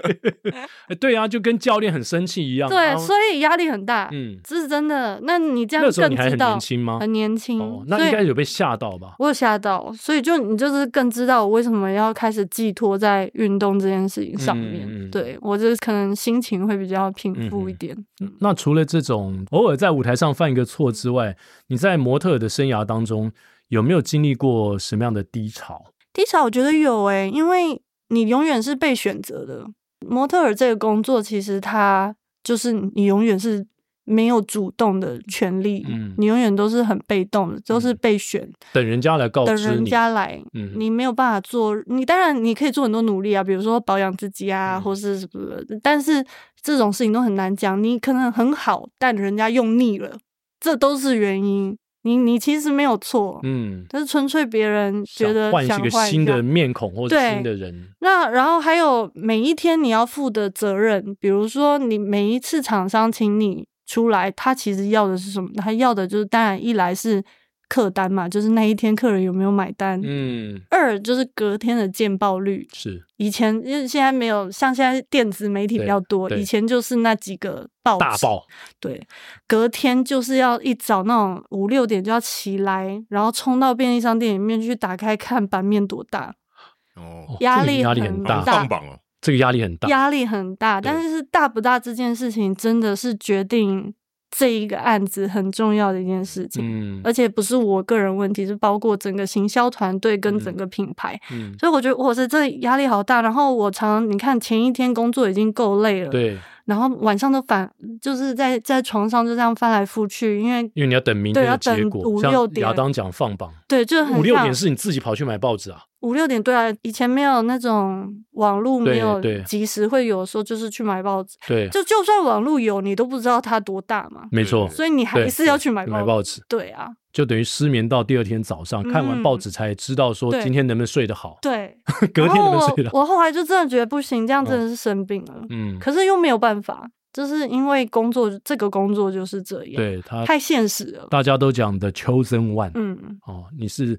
Speaker 1: 对啊，就跟教练很生气一样。
Speaker 5: 对，
Speaker 1: 啊
Speaker 5: 所以压力很大，
Speaker 1: 嗯，
Speaker 5: 这是真的。那你这样
Speaker 1: 那时候
Speaker 5: 更
Speaker 1: 你还
Speaker 5: 知
Speaker 1: 很
Speaker 5: 道
Speaker 1: 年，轻吗？
Speaker 5: 很年轻，
Speaker 1: 哦，那
Speaker 5: 所
Speaker 1: 应该
Speaker 5: 以
Speaker 1: 有被吓到吧？
Speaker 5: 我有吓到，所以就你就是更知道我为什么要开始寄托在运动这件事情上面。
Speaker 1: 嗯嗯嗯
Speaker 5: 对我就是可能心情会比较平
Speaker 1: 嗯
Speaker 5: 复
Speaker 1: 嗯
Speaker 5: 一点。
Speaker 1: 那除了这种偶尔在舞台上犯一个错之外，你在模特儿的生涯当中有没有经历过什么样的低潮？
Speaker 5: 低潮我觉得有诶、因为你永远是被选择的。模特儿这个工作，其实它就是你永远是没有主动的权利，
Speaker 1: 嗯
Speaker 5: 你永远都是很被动的，都是被选，
Speaker 1: 等人家来告
Speaker 5: 等
Speaker 1: 知
Speaker 5: 人
Speaker 1: 你，
Speaker 5: 家来，
Speaker 1: 嗯
Speaker 5: 你没有办法做。你当然你可以做很多努力啊，比如说保养自己啊，
Speaker 1: 嗯
Speaker 5: 或是什么的，但是这种事情都很难讲。你可能很好，但人家用腻了，这都是原因。你你其实没有错，
Speaker 1: 嗯，
Speaker 5: 但是纯粹别人觉得
Speaker 1: 想换一
Speaker 5: 想
Speaker 1: 个
Speaker 5: 换
Speaker 1: 新
Speaker 5: 下
Speaker 1: 的面孔或者
Speaker 5: 对
Speaker 1: 新的人，
Speaker 5: 那然后还有每一天你要负的责任，比如说你每一次厂商请你出来，他其实要的是什么？他要的就是当然一来是客单嘛，就是那一天客人有没有买单；
Speaker 1: 嗯，
Speaker 5: 二就是隔天的见报率。
Speaker 1: 是
Speaker 5: 以前因为现在没有像现在电子媒体比较多，
Speaker 1: 对对
Speaker 5: 以前就是那几个报纸
Speaker 1: 大爆，
Speaker 5: 对，隔天就是要一早那种五六点就要起来，然后冲到便利商店里面去打开看版面多大，
Speaker 1: 哦
Speaker 4: 哦，
Speaker 5: 压
Speaker 1: 这个
Speaker 5: 力
Speaker 1: 压力
Speaker 5: 很
Speaker 1: 很大
Speaker 4: 好像放榜哦，
Speaker 1: 这个压力很大，
Speaker 5: 压力很大，
Speaker 1: 对
Speaker 5: 但是大不大这件事情真的是决定这一个案子很重要的一件事情。
Speaker 1: 嗯
Speaker 5: 而且不是我个人问题，是包括整个行销团队跟整个品牌，
Speaker 1: 嗯，
Speaker 5: 所以我觉得我是这压力好大。然后我常你看前一天工作已经够累了，
Speaker 1: 对，
Speaker 5: 然后晚上都反就是在在床上就这样翻来覆去，因为
Speaker 1: 因为你要等明天
Speaker 5: 对
Speaker 1: 的
Speaker 5: 要等
Speaker 1: 结果，
Speaker 5: 五
Speaker 1: 像
Speaker 5: 六点
Speaker 1: 亚当讲放榜，
Speaker 5: 对就很
Speaker 1: 五六
Speaker 5: 像
Speaker 1: 点是你自己跑去买报纸啊，
Speaker 5: 五六点对啊，以前没有那种网络
Speaker 1: 对
Speaker 5: 没有
Speaker 1: 对
Speaker 5: 及时会有说就是去买报纸，
Speaker 1: 对，
Speaker 5: 就就算网络有你都不知道它多大嘛，
Speaker 1: 没错，
Speaker 5: 所以你还
Speaker 1: 对
Speaker 5: 是要去买
Speaker 1: 买
Speaker 5: 报
Speaker 1: 报纸
Speaker 5: 对啊，
Speaker 1: 就等于失眠到第二天早上，看完
Speaker 5: 嗯
Speaker 1: 报纸才知道说
Speaker 5: 对
Speaker 1: 今天能不能睡得好，
Speaker 5: 对。
Speaker 1: 隔天
Speaker 5: 然
Speaker 1: 能
Speaker 5: 后
Speaker 1: 不能睡得
Speaker 5: 我
Speaker 1: 好，
Speaker 5: 我后来就真的觉得不行，这样
Speaker 1: 嗯
Speaker 5: 真的是生病了。
Speaker 1: 嗯，
Speaker 5: 可是又没有办法，就是因为工作这个工作就是这样，，
Speaker 1: 对他
Speaker 5: 太现实了。
Speaker 1: 大家都讲的 chosen one，
Speaker 5: 嗯，
Speaker 1: 哦，你是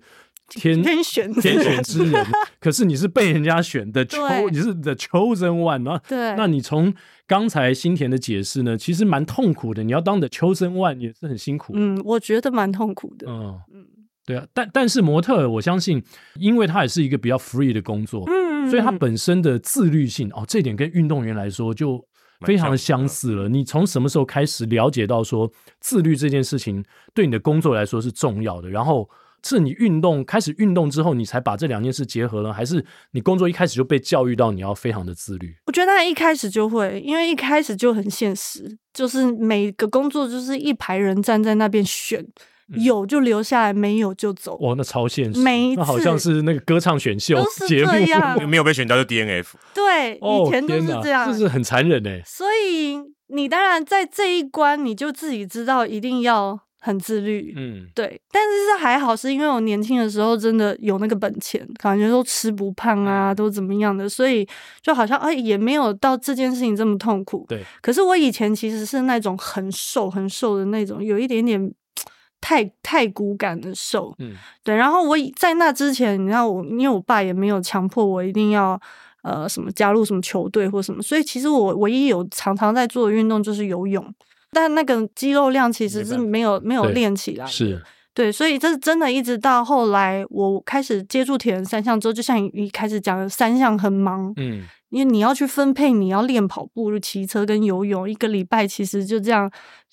Speaker 1: 天
Speaker 5: 天选之
Speaker 1: 嗯天选
Speaker 5: 人
Speaker 1: 之人， 可是你是被人家选的 cho，
Speaker 5: 对
Speaker 1: 你是 the chosen one 然后
Speaker 5: 对，
Speaker 1: 那你从刚才新田的解释呢，其实蛮痛苦的。你要当的秋生万也是很辛苦。
Speaker 5: 嗯，我觉得蛮痛苦的。
Speaker 1: 嗯，
Speaker 5: 嗯
Speaker 1: 对啊。但但是模特，我相信，因为他也是一个比较 free 的工作，
Speaker 5: 嗯，
Speaker 1: 所以他
Speaker 5: 嗯
Speaker 1: 本身的自律性哦，这点跟运动员来说就非常的相似
Speaker 5: 嗯
Speaker 1: 了。你从什么时候开始了解到说自律这件事情对你的工作来说是重要的？然后是你运动开始运动之后，你才把这两件事结合了，还是你工作一开始就被教育到你要非常的自律？
Speaker 5: 我觉得他一开始就会，因为一开始就很现实，就是每个工作就是一排人站在那边选，有就留下来，没有就走，
Speaker 1: 嗯哇，那超现实，
Speaker 5: 每一
Speaker 1: 那好像
Speaker 5: 次
Speaker 1: 是那个歌唱选秀
Speaker 5: 都是
Speaker 1: 节目
Speaker 5: 这 样。
Speaker 4: 没有被选到就 DNF，
Speaker 5: 对，
Speaker 1: 哦，
Speaker 5: 以前都
Speaker 1: 天
Speaker 5: 是
Speaker 1: 哪
Speaker 5: 这样，
Speaker 1: 这是很残忍哎。
Speaker 5: 所以你当然在这一关，你就自己知道一定要很自律，
Speaker 1: 嗯，
Speaker 5: 对，但是是还好，是因为我年轻的时候真的有那个本钱，感觉都吃不胖
Speaker 1: 嗯
Speaker 5: 啊，都怎么样的，所以就好像哎、也没有到这件事情这么痛苦。
Speaker 1: 对，
Speaker 5: 可是我以前其实是那种很瘦很瘦的那种，有一点点太太骨感的瘦。
Speaker 1: 嗯，
Speaker 5: 对，然后我以在那之前，你知道我，因为我爸也没有强迫我一定要呃什么加入什么球队或什么，所以其实我唯一有常常在做的运动就是游泳，但那个肌肉量其实
Speaker 1: 没
Speaker 5: 是
Speaker 1: 办法
Speaker 5: 没有没有
Speaker 1: 对
Speaker 5: 练起来的。
Speaker 1: 是，
Speaker 5: 对，所以这是真的，一直到后来我开始接触铁人三项之后，就像你一开始讲的，三项很忙，
Speaker 1: 嗯，
Speaker 5: 因为你要去分配，你要练跑步、骑车跟游泳，一个礼拜其实就这样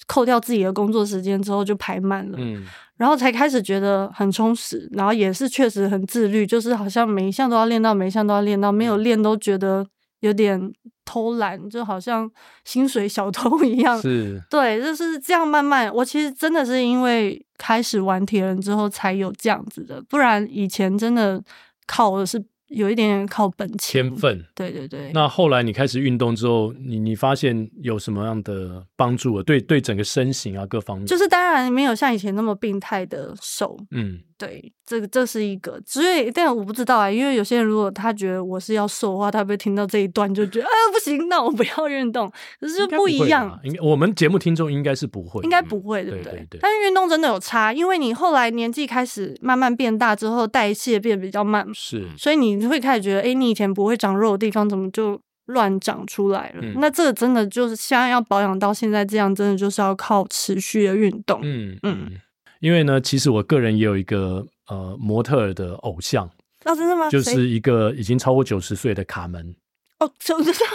Speaker 5: 扣掉自己的工作时间之后就排满了，
Speaker 1: 嗯，
Speaker 5: 然后才开始觉得很充实，然后也是确实很自律，就是好像每一项都要练到，每一项都要练到，
Speaker 1: 嗯
Speaker 5: 没有练都觉得有点偷懒，就好像薪水小偷 一样，
Speaker 1: 是，
Speaker 5: 对，就是这样慢慢。我其实真的是因为开始玩铁人之后才有这样子的，不然以前真的靠的是有一点点靠本钱。
Speaker 1: 天分。
Speaker 5: 对对对，
Speaker 1: 那后来你开始运动之后，你你发现有什么样的帮助啊？对对，整个身形啊各方面，
Speaker 5: 就是当然没有像以前那么病态的瘦，
Speaker 1: 嗯，
Speaker 5: 对，这个这是一个。所以，但我不知道啊，因为有些人如果他觉得我是要瘦的话，他会不会听到这一段就觉得啊、不行，那我不要运动，可是就
Speaker 1: 应该
Speaker 5: 一
Speaker 1: 会
Speaker 5: 样
Speaker 1: 吧。应该我们节目听众应该是不会，
Speaker 5: 应该不会，对
Speaker 1: 对
Speaker 5: 不对？
Speaker 1: 对对
Speaker 5: 但是运动真的有差，因为你后来年纪开始慢慢变大之后，代谢变比较慢，
Speaker 1: 是，
Speaker 5: 所以你会开始觉得，哎，你以前不会长肉的地方，怎么就乱长出来了？
Speaker 1: 嗯
Speaker 5: 那这个真的就是，现在要保养到现在这样，真的就是要靠持续的运动。
Speaker 1: 嗯
Speaker 5: 嗯
Speaker 1: 嗯。因为呢，其实我个人也有一个呃模特儿的偶像，
Speaker 5: 哦，真的吗？
Speaker 1: 就
Speaker 5: 谁
Speaker 1: 是一个已经超过九十岁的卡门。
Speaker 5: 哦，就知道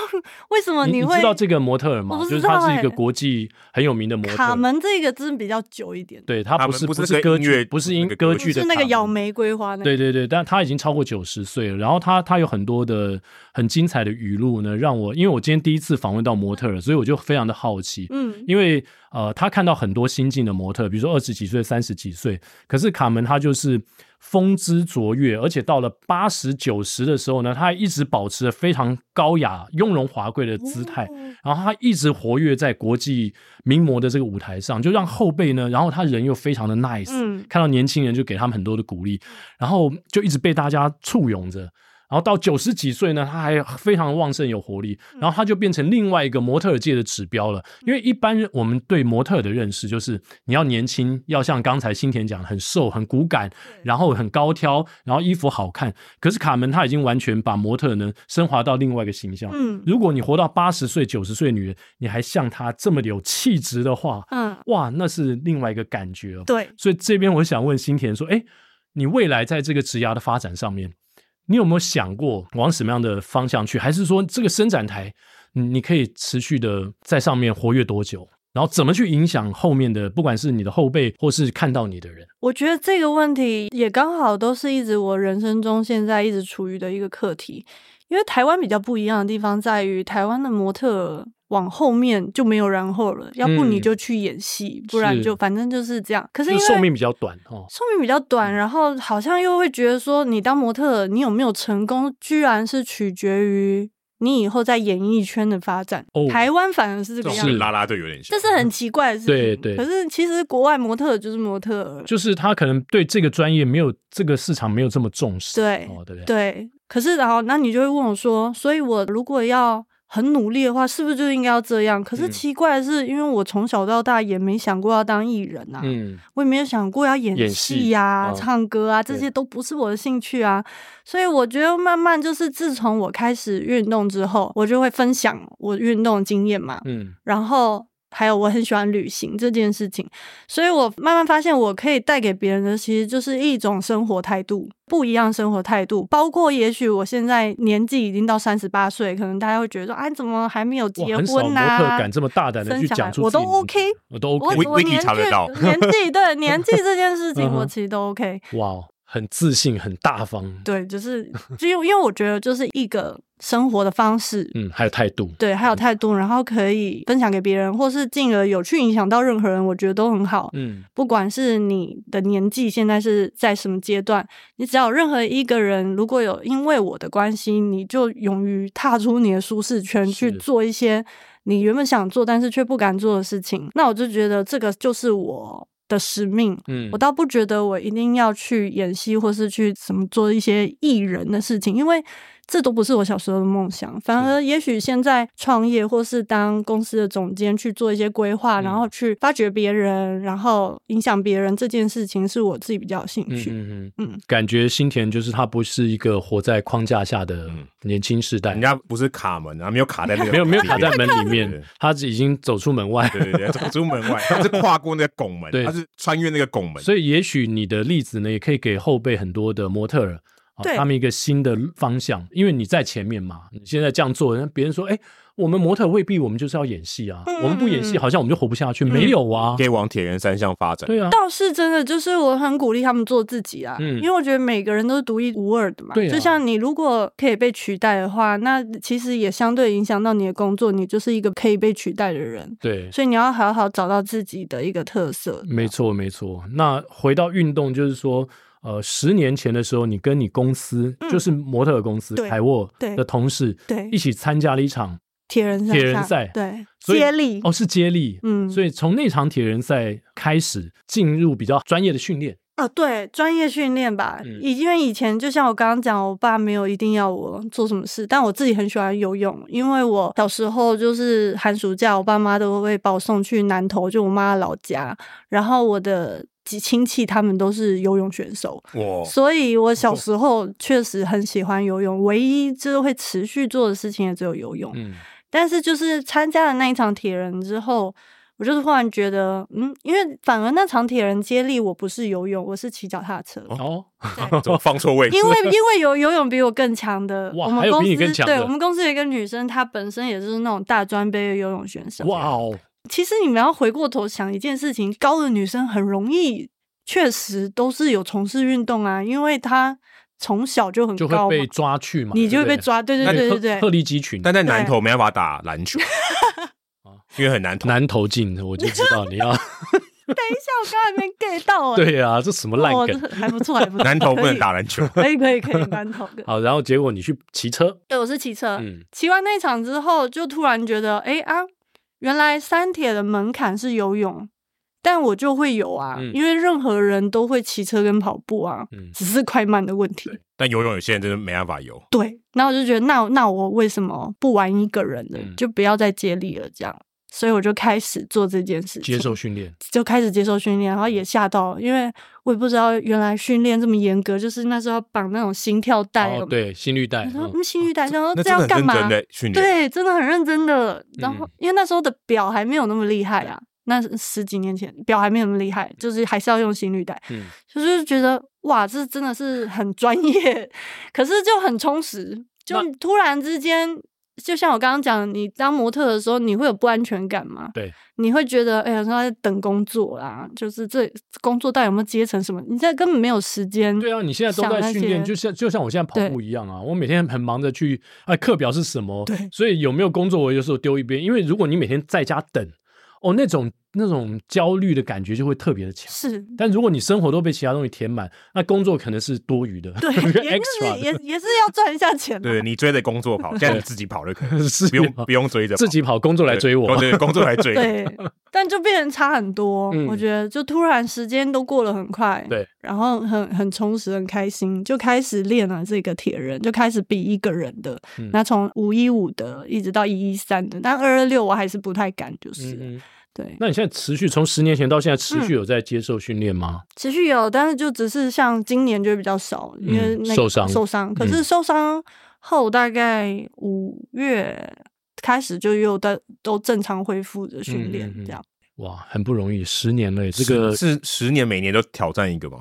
Speaker 5: 为什么
Speaker 1: 你
Speaker 5: 哦会
Speaker 1: 知道这个模特儿
Speaker 5: 我
Speaker 1: 吗？
Speaker 5: 不
Speaker 1: 就是
Speaker 5: 知道
Speaker 1: 他是一个
Speaker 5: 欸
Speaker 1: 国际很有名的模特
Speaker 5: 卡
Speaker 1: 儿。
Speaker 5: 门这个真的比较久一点，
Speaker 1: 对他
Speaker 4: 他
Speaker 1: 不
Speaker 4: 们
Speaker 1: 是
Speaker 4: 不是
Speaker 1: 是
Speaker 4: 那个
Speaker 1: 歌
Speaker 4: 音
Speaker 1: 剧，
Speaker 4: 乐
Speaker 1: 不是音
Speaker 4: 那个
Speaker 1: 歌
Speaker 4: 歌
Speaker 1: 剧
Speaker 4: 剧
Speaker 1: 的
Speaker 5: 是那个
Speaker 1: 卡
Speaker 5: 咬
Speaker 1: 门
Speaker 5: 玫瑰花那个。
Speaker 1: 对对对，但他已经超过九十岁了。然后他他有很多的很精彩的语录呢，让我因为我今天第一次访问到模特儿，所以我就非常的好奇。
Speaker 5: 嗯，
Speaker 1: 因为呃，他看到很多新进的模特，比如说二十几岁、三十几岁，可是卡门他就是风姿卓越，而且到了八十九十的时候呢，他还一直保持着非常高雅、雍容华贵的姿态。
Speaker 5: 哦
Speaker 1: 然后他一直活跃在国际名模的这个舞台上，就让后辈呢，然后他人又非常的 nice，、
Speaker 5: 嗯
Speaker 1: 看到年轻人就给他们很多的鼓励，然后就一直被大家簇拥着。然后到九十几岁呢，他还非常旺盛有活力，然后他就变成另外一个模特儿界的指标了。因为一般人我们对模特儿的认识就是你要年轻，要像刚才新田讲的很瘦、很骨感，然后很高挑，然后衣服好看。可是卡门他已经完全把模特儿呢升华到另外一个形象，
Speaker 5: 嗯
Speaker 1: 如果你活到八十岁、九十岁的女人，你还像她这么有气质的话，
Speaker 5: 嗯，
Speaker 1: 哇，那是另外一个感觉哦。
Speaker 5: 对，
Speaker 1: 所以这边我想问新田说，哎，你未来在这个职涯的发展上面，你有没有想过往什么样的方向去？还是说这个伸展台，你你可以持续的在上面活跃多久？然后怎么去影响后面的，不管是你的后辈或是看到你的人？
Speaker 5: 我觉得这个问题也刚好都是一直我人生中现在一直处于的一个课题，因为台湾比较不一样的地方在于，台湾的模特儿往后面就没有然后了，要不你
Speaker 1: 嗯
Speaker 5: 就去演戏，不然
Speaker 1: 是
Speaker 5: 就反正就是这样。可是
Speaker 1: 就
Speaker 5: 因
Speaker 1: 是
Speaker 5: 为
Speaker 1: 寿命比较短哦，
Speaker 5: 寿命比较短，然后好像又会觉得说，你当模特儿，你有没有成功，居然是取决于你以后在演艺圈的发展。
Speaker 1: 哦
Speaker 5: 台湾反而是这
Speaker 4: 这
Speaker 5: 个
Speaker 4: 种
Speaker 5: 样
Speaker 4: 跟
Speaker 5: 子，
Speaker 4: 拉拉队有点像
Speaker 5: 这。是很奇怪的事情。
Speaker 1: 对对
Speaker 5: 可是其实国外模特儿就是模特儿，
Speaker 1: 就是他可能对这个专业没有这个市场没有这么重视，
Speaker 5: 对
Speaker 1: 哦，对不对？
Speaker 5: 对。可是然后，那你就会问我说，所以我如果要。很努力的话，是不是就应该要这样？可是
Speaker 1: 嗯
Speaker 5: 奇怪的是，因为我从小到大也没想过要当艺人啊，
Speaker 1: 嗯，
Speaker 5: 我也没有想过要演
Speaker 1: 演戏
Speaker 5: 戏呀、
Speaker 1: 嗯
Speaker 5: 唱歌啊，这
Speaker 1: 对
Speaker 5: 些都不是我的兴趣啊。所以我觉得慢慢就是，自从我开始运动之后，我就会分享我运动的经验嘛，
Speaker 1: 嗯，
Speaker 5: 然后还有我很喜欢旅行这件事情，所以我慢慢发现，我可以带给别人的其实就是一种生活态度，不一样的生活态度。包括也许我现在年纪已经到三十八岁，可能大家会觉得说，哎、怎么还没有
Speaker 1: 哇，
Speaker 5: 结
Speaker 1: 很少
Speaker 5: 婚
Speaker 1: 模
Speaker 5: 呐、
Speaker 1: 特敢这么大胆的
Speaker 5: 生
Speaker 1: 去
Speaker 5: 小
Speaker 1: 讲
Speaker 5: 孩
Speaker 1: 出
Speaker 5: 我
Speaker 1: 自己的
Speaker 5: 都
Speaker 1: 名
Speaker 5: OK
Speaker 1: 字我都 OK，
Speaker 5: 我我
Speaker 4: Wiki
Speaker 5: 年纪
Speaker 4: 查得到
Speaker 5: 年 纪对年纪这件事
Speaker 1: 嗯
Speaker 5: 情，
Speaker 1: 哼
Speaker 5: 我其实都 OK。
Speaker 1: 哇，哦很自信，很大方，
Speaker 5: 对，就是就因为因为我觉得就是一个生活的方式，
Speaker 1: 嗯，还有态度，
Speaker 5: 对，还有态度，然后可以分享给别人，或是进而有去影响到任何人，我觉得都很好。
Speaker 1: 嗯，
Speaker 5: 不管是你的年纪现在是在什么阶段，你只要有任何一个人如果有因为我的关系，你就勇于踏出你的舒适圈
Speaker 1: 是
Speaker 5: 去做一些你原本想做但是却不敢做的事情，那我就觉得这个就是我的使命。
Speaker 1: 嗯
Speaker 5: 我倒不觉得我一定要去演戏，或是去什么做一些艺人的事情，因为这都不是我小时候的梦想。反而，也许现在创业，或是当公司的总监去做一些规划，
Speaker 1: 嗯
Speaker 5: 然后去发掘别人，然后影响别人这件事情，是我自己比较有兴
Speaker 1: 嗯
Speaker 5: 趣。
Speaker 1: 嗯嗯
Speaker 5: 嗯，
Speaker 1: 感觉新田就是他不是一个活在框架下的
Speaker 4: 嗯
Speaker 1: 年轻世代
Speaker 4: 人，家不是卡门啊，没有卡在那个，
Speaker 1: 没有没有卡在门里
Speaker 4: 对
Speaker 1: 面，他已经走出门外。
Speaker 4: 对对对，走出门 外，他是跨过那个拱门
Speaker 1: 对，
Speaker 4: 他是穿越那个拱门。
Speaker 1: 所以，也许你的例子呢，也可以给后辈很多的模特儿，啊
Speaker 5: 对
Speaker 1: 他们一个新的方向，因为你在前面嘛，你现在这样做，人家别人说，哎，我们模特未必我们就是要演戏啊，
Speaker 5: 嗯
Speaker 1: 我们不演戏好像我们就活不下去，没有啊
Speaker 4: 可，以往铁人三项发展。
Speaker 1: 对啊，
Speaker 5: 倒是真的，就是我很鼓励他们做自己啊，
Speaker 1: 嗯
Speaker 5: 因为我觉得每个人都是独一无二的嘛。
Speaker 1: 对啊
Speaker 5: 就像你如果可以被取代的话，那其实也相对影响到你的工作，你就是一个可以被取代的人。
Speaker 1: 对。
Speaker 5: 所以你要好好找到自己的一个特色。
Speaker 1: 没错，没错。那回到运动，就是说，呃，十年前的时候，你跟你公司，
Speaker 5: 嗯
Speaker 1: 就是模特儿公司
Speaker 5: 对
Speaker 1: 凯沃
Speaker 5: 对
Speaker 1: 的同事，
Speaker 5: 对
Speaker 1: 一起参加了一场
Speaker 5: 铁人
Speaker 1: 铁人
Speaker 5: 项
Speaker 1: 赛
Speaker 5: 对，
Speaker 1: 所以
Speaker 5: 接力
Speaker 1: 哦，是接力，
Speaker 5: 嗯
Speaker 1: 所以从那场铁人赛开始，进入比较专业的训练，
Speaker 5: 啊，对，专业训练吧。
Speaker 1: 嗯
Speaker 5: 以因为以前就像我刚刚讲，我爸没有一定要我做什么事，但我自己很喜欢游泳，因为我小时候就是寒暑假，我爸妈都会把我送去南投，就我妈老家，然后我的。几亲戚他们都是游泳选手，
Speaker 1: 哦
Speaker 4: 哇，
Speaker 5: 所以我小时候确实很喜欢游泳，唯一就是会持续做的事情也只有游泳。
Speaker 1: 嗯，
Speaker 5: 但是就是参加了那一场铁人之后，我就是忽然觉得，嗯，因为反而那场铁人接力我不是游泳，我是骑脚踏车，
Speaker 1: 哦，
Speaker 5: 对
Speaker 4: 怎么放错位置？
Speaker 5: 因为因为有游泳比我更强的，
Speaker 1: 哇
Speaker 5: 我
Speaker 1: 还
Speaker 5: 们
Speaker 1: 有
Speaker 5: 公
Speaker 1: 比你更
Speaker 5: 司
Speaker 1: 强的
Speaker 5: 对我们公司有一个女生，她本身也是那种大专杯的游泳选手。
Speaker 1: 哇哦，
Speaker 5: 其实你们要回过头想一件事情，高的女生很容易，确实都是有从事运动啊，因为她从小就很
Speaker 1: 就
Speaker 5: 高
Speaker 1: 会
Speaker 5: 嘛，
Speaker 1: 被抓去嘛，
Speaker 5: 你就会
Speaker 1: 对
Speaker 5: 被
Speaker 1: 不对，
Speaker 5: 抓，对对对对对
Speaker 1: 特 立集群，
Speaker 4: 但在南投没办法打篮 球，因为很难投。
Speaker 1: 啊南投进，我就知道你 要，
Speaker 5: 我刚才没 get 到啊，
Speaker 1: 对啊，这什么烂
Speaker 5: 哦，
Speaker 1: 梗。
Speaker 5: 这还不错，还不错，
Speaker 4: 南投不
Speaker 5: 可
Speaker 4: 能
Speaker 5: 以
Speaker 4: 打篮球，
Speaker 5: 可以可以可以，蛮头的。
Speaker 1: 好，然后结果你去骑车，
Speaker 5: 对，我是骑车，
Speaker 1: 嗯，
Speaker 5: 骑完那场之后，就突然觉得，哎啊，原来三铁的门槛是游泳，但我就会游啊，
Speaker 1: 嗯
Speaker 5: 因为任何人都会骑车跟跑步啊，
Speaker 1: 嗯
Speaker 5: 只是快慢的问题。
Speaker 4: 但游泳有些人真的没办法游。
Speaker 5: 对，那我就觉得，那那我为什么不玩一个人的，
Speaker 1: 嗯
Speaker 5: 就不要再接力了？这样，所以我就开始做这件事情，
Speaker 1: 接受训练，
Speaker 5: 就开始接受训练，然后也吓到，因为我也不知道原来训练这么严格，就是那时候要绑那种心跳带有没有
Speaker 1: 哦，，对，心率带
Speaker 5: 我，说
Speaker 1: 嗯
Speaker 5: 嗯，心率带，然后
Speaker 4: 哦那
Speaker 5: 这
Speaker 4: 真
Speaker 5: 要
Speaker 4: 的
Speaker 5: 干
Speaker 4: 很认
Speaker 5: 嘛
Speaker 4: 真？的训练，
Speaker 5: 对，真的很认真的。然后
Speaker 1: 嗯
Speaker 5: 因为那时候的表还没有那么厉害啊，那是十几年前表还没有那么厉害，就是还是要用心率带，
Speaker 1: 嗯
Speaker 5: 就是觉得哇，这真的是很专业，可是就很充实。就
Speaker 1: 那
Speaker 5: 突然之间就像我刚刚讲，你当模特的时候，你会有不安全感吗？
Speaker 1: 对，
Speaker 5: 你会觉得哎呀，他在等工作啦，就是这工作到底有没有接成什么？你现在根本没有时间。
Speaker 1: 对啊，你现在都在训练，就像就像我现在跑步一样啊，我每天很忙着去啊，课表是什么？
Speaker 5: 对
Speaker 1: 所以有没有工作，我有时候丢一边，因为如果你每天在家等，哦，那种那种焦虑的感觉就会特别的强。
Speaker 5: 是，
Speaker 1: 但如果你生活都被其他东西填满，那工作可能是多余的，
Speaker 5: 对，
Speaker 1: 是
Speaker 5: 也就是也
Speaker 1: extra
Speaker 5: 也是要赚一下 钱啊嘛。
Speaker 4: 对你追着工作 跑，现在你自己跑就可以，
Speaker 1: 的， 是
Speaker 4: 不用
Speaker 1: 啊
Speaker 4: 不用追着跑
Speaker 1: 自己跑，工作来追我。
Speaker 4: 对，对工作来追。
Speaker 5: 对，但就变成差很多。
Speaker 1: 嗯
Speaker 5: 我觉得就突然时间都过得很快，
Speaker 1: 对，
Speaker 5: 然后很很充实，很开心，就开始练了这个铁人，就开始比一个人的。
Speaker 1: 嗯
Speaker 5: 那从五一五的一直到一一三的，但二二六我还是不太敢，就是、
Speaker 1: 嗯嗯，
Speaker 5: 对，
Speaker 1: 那你现在持续从十年前到现在持续有在接受训练吗？
Speaker 5: 持续有，但是就只是像今年就会比较少，因为
Speaker 1: 嗯
Speaker 5: 那个
Speaker 1: 受伤嗯
Speaker 5: 受伤，可是受伤后大概五月。开始就又在都正常恢复的训练
Speaker 1: 嗯嗯嗯，
Speaker 5: 这样、
Speaker 1: 哇，很不容易，十年了耶， 这个
Speaker 4: 是是十年每年都挑战一个吗？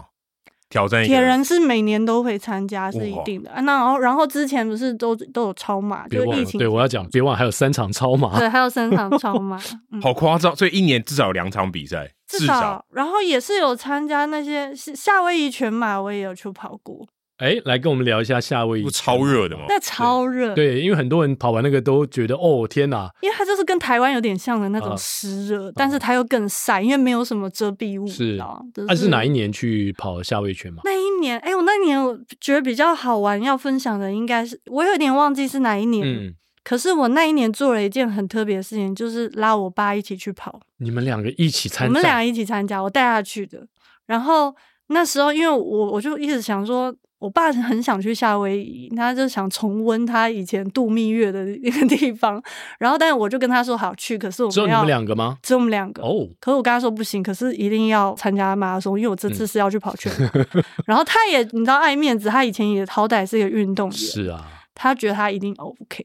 Speaker 4: 挑战一个
Speaker 5: 铁人是每年都会参加，是一
Speaker 4: 哇
Speaker 5: 定的。啊、那然后，然后之前不是都都有超马，
Speaker 1: 别
Speaker 5: 就
Speaker 1: 忘
Speaker 5: 疫
Speaker 1: 了，
Speaker 5: 情
Speaker 1: 对我要讲，别忘了还有三场超马，
Speaker 5: 对，还有三场超 马，嗯
Speaker 4: 好夸张，所以一年至少有两场比赛，
Speaker 5: 至
Speaker 4: 少
Speaker 5: 少，然后也是有参加那些是夏威夷全马，我也有去跑过，
Speaker 1: 哎，来跟我们聊一下夏威夷
Speaker 4: 不是超热的吗？
Speaker 5: 那超热，，
Speaker 1: 对，因为很多人跑完那个都觉得，哦天哪，
Speaker 5: 因为它就是跟台湾有点像的那
Speaker 1: 啊
Speaker 5: 种湿热，但是它又更晒，因为没有什么遮蔽物，你
Speaker 1: 是
Speaker 5: 知道就
Speaker 1: 啊、是哪一年去跑夏威夷圈嘛？
Speaker 5: 那一年，哎、我那年我觉得比较好玩，要分享的应该是我有点忘记是哪一年，
Speaker 1: 嗯，
Speaker 5: 可是我那一年做了一件很特别的事情，就是拉我爸一起去跑。
Speaker 1: 你们两个一起参
Speaker 5: 我们俩
Speaker 1: 赛，
Speaker 5: 一起参加，我带他去的。然后那时候，因为我我就一直想说，我爸很想去夏威夷，他就想重温他以前度蜜月的那个 地方。然后，但是我就跟他说好去，可是我
Speaker 1: 只有
Speaker 5: 们
Speaker 1: 你
Speaker 5: 要
Speaker 1: 们两个吗？
Speaker 5: 只有我们两个。
Speaker 1: 哦，
Speaker 5: 可是我跟他说不行，可是一定要参加马拉松，因为我
Speaker 1: 嗯
Speaker 5: 这次是要去跑全 马。然后他也你知道爱面子，他以前也好歹是一个运动员，
Speaker 1: 是啊，
Speaker 5: 他觉得他一定 OK。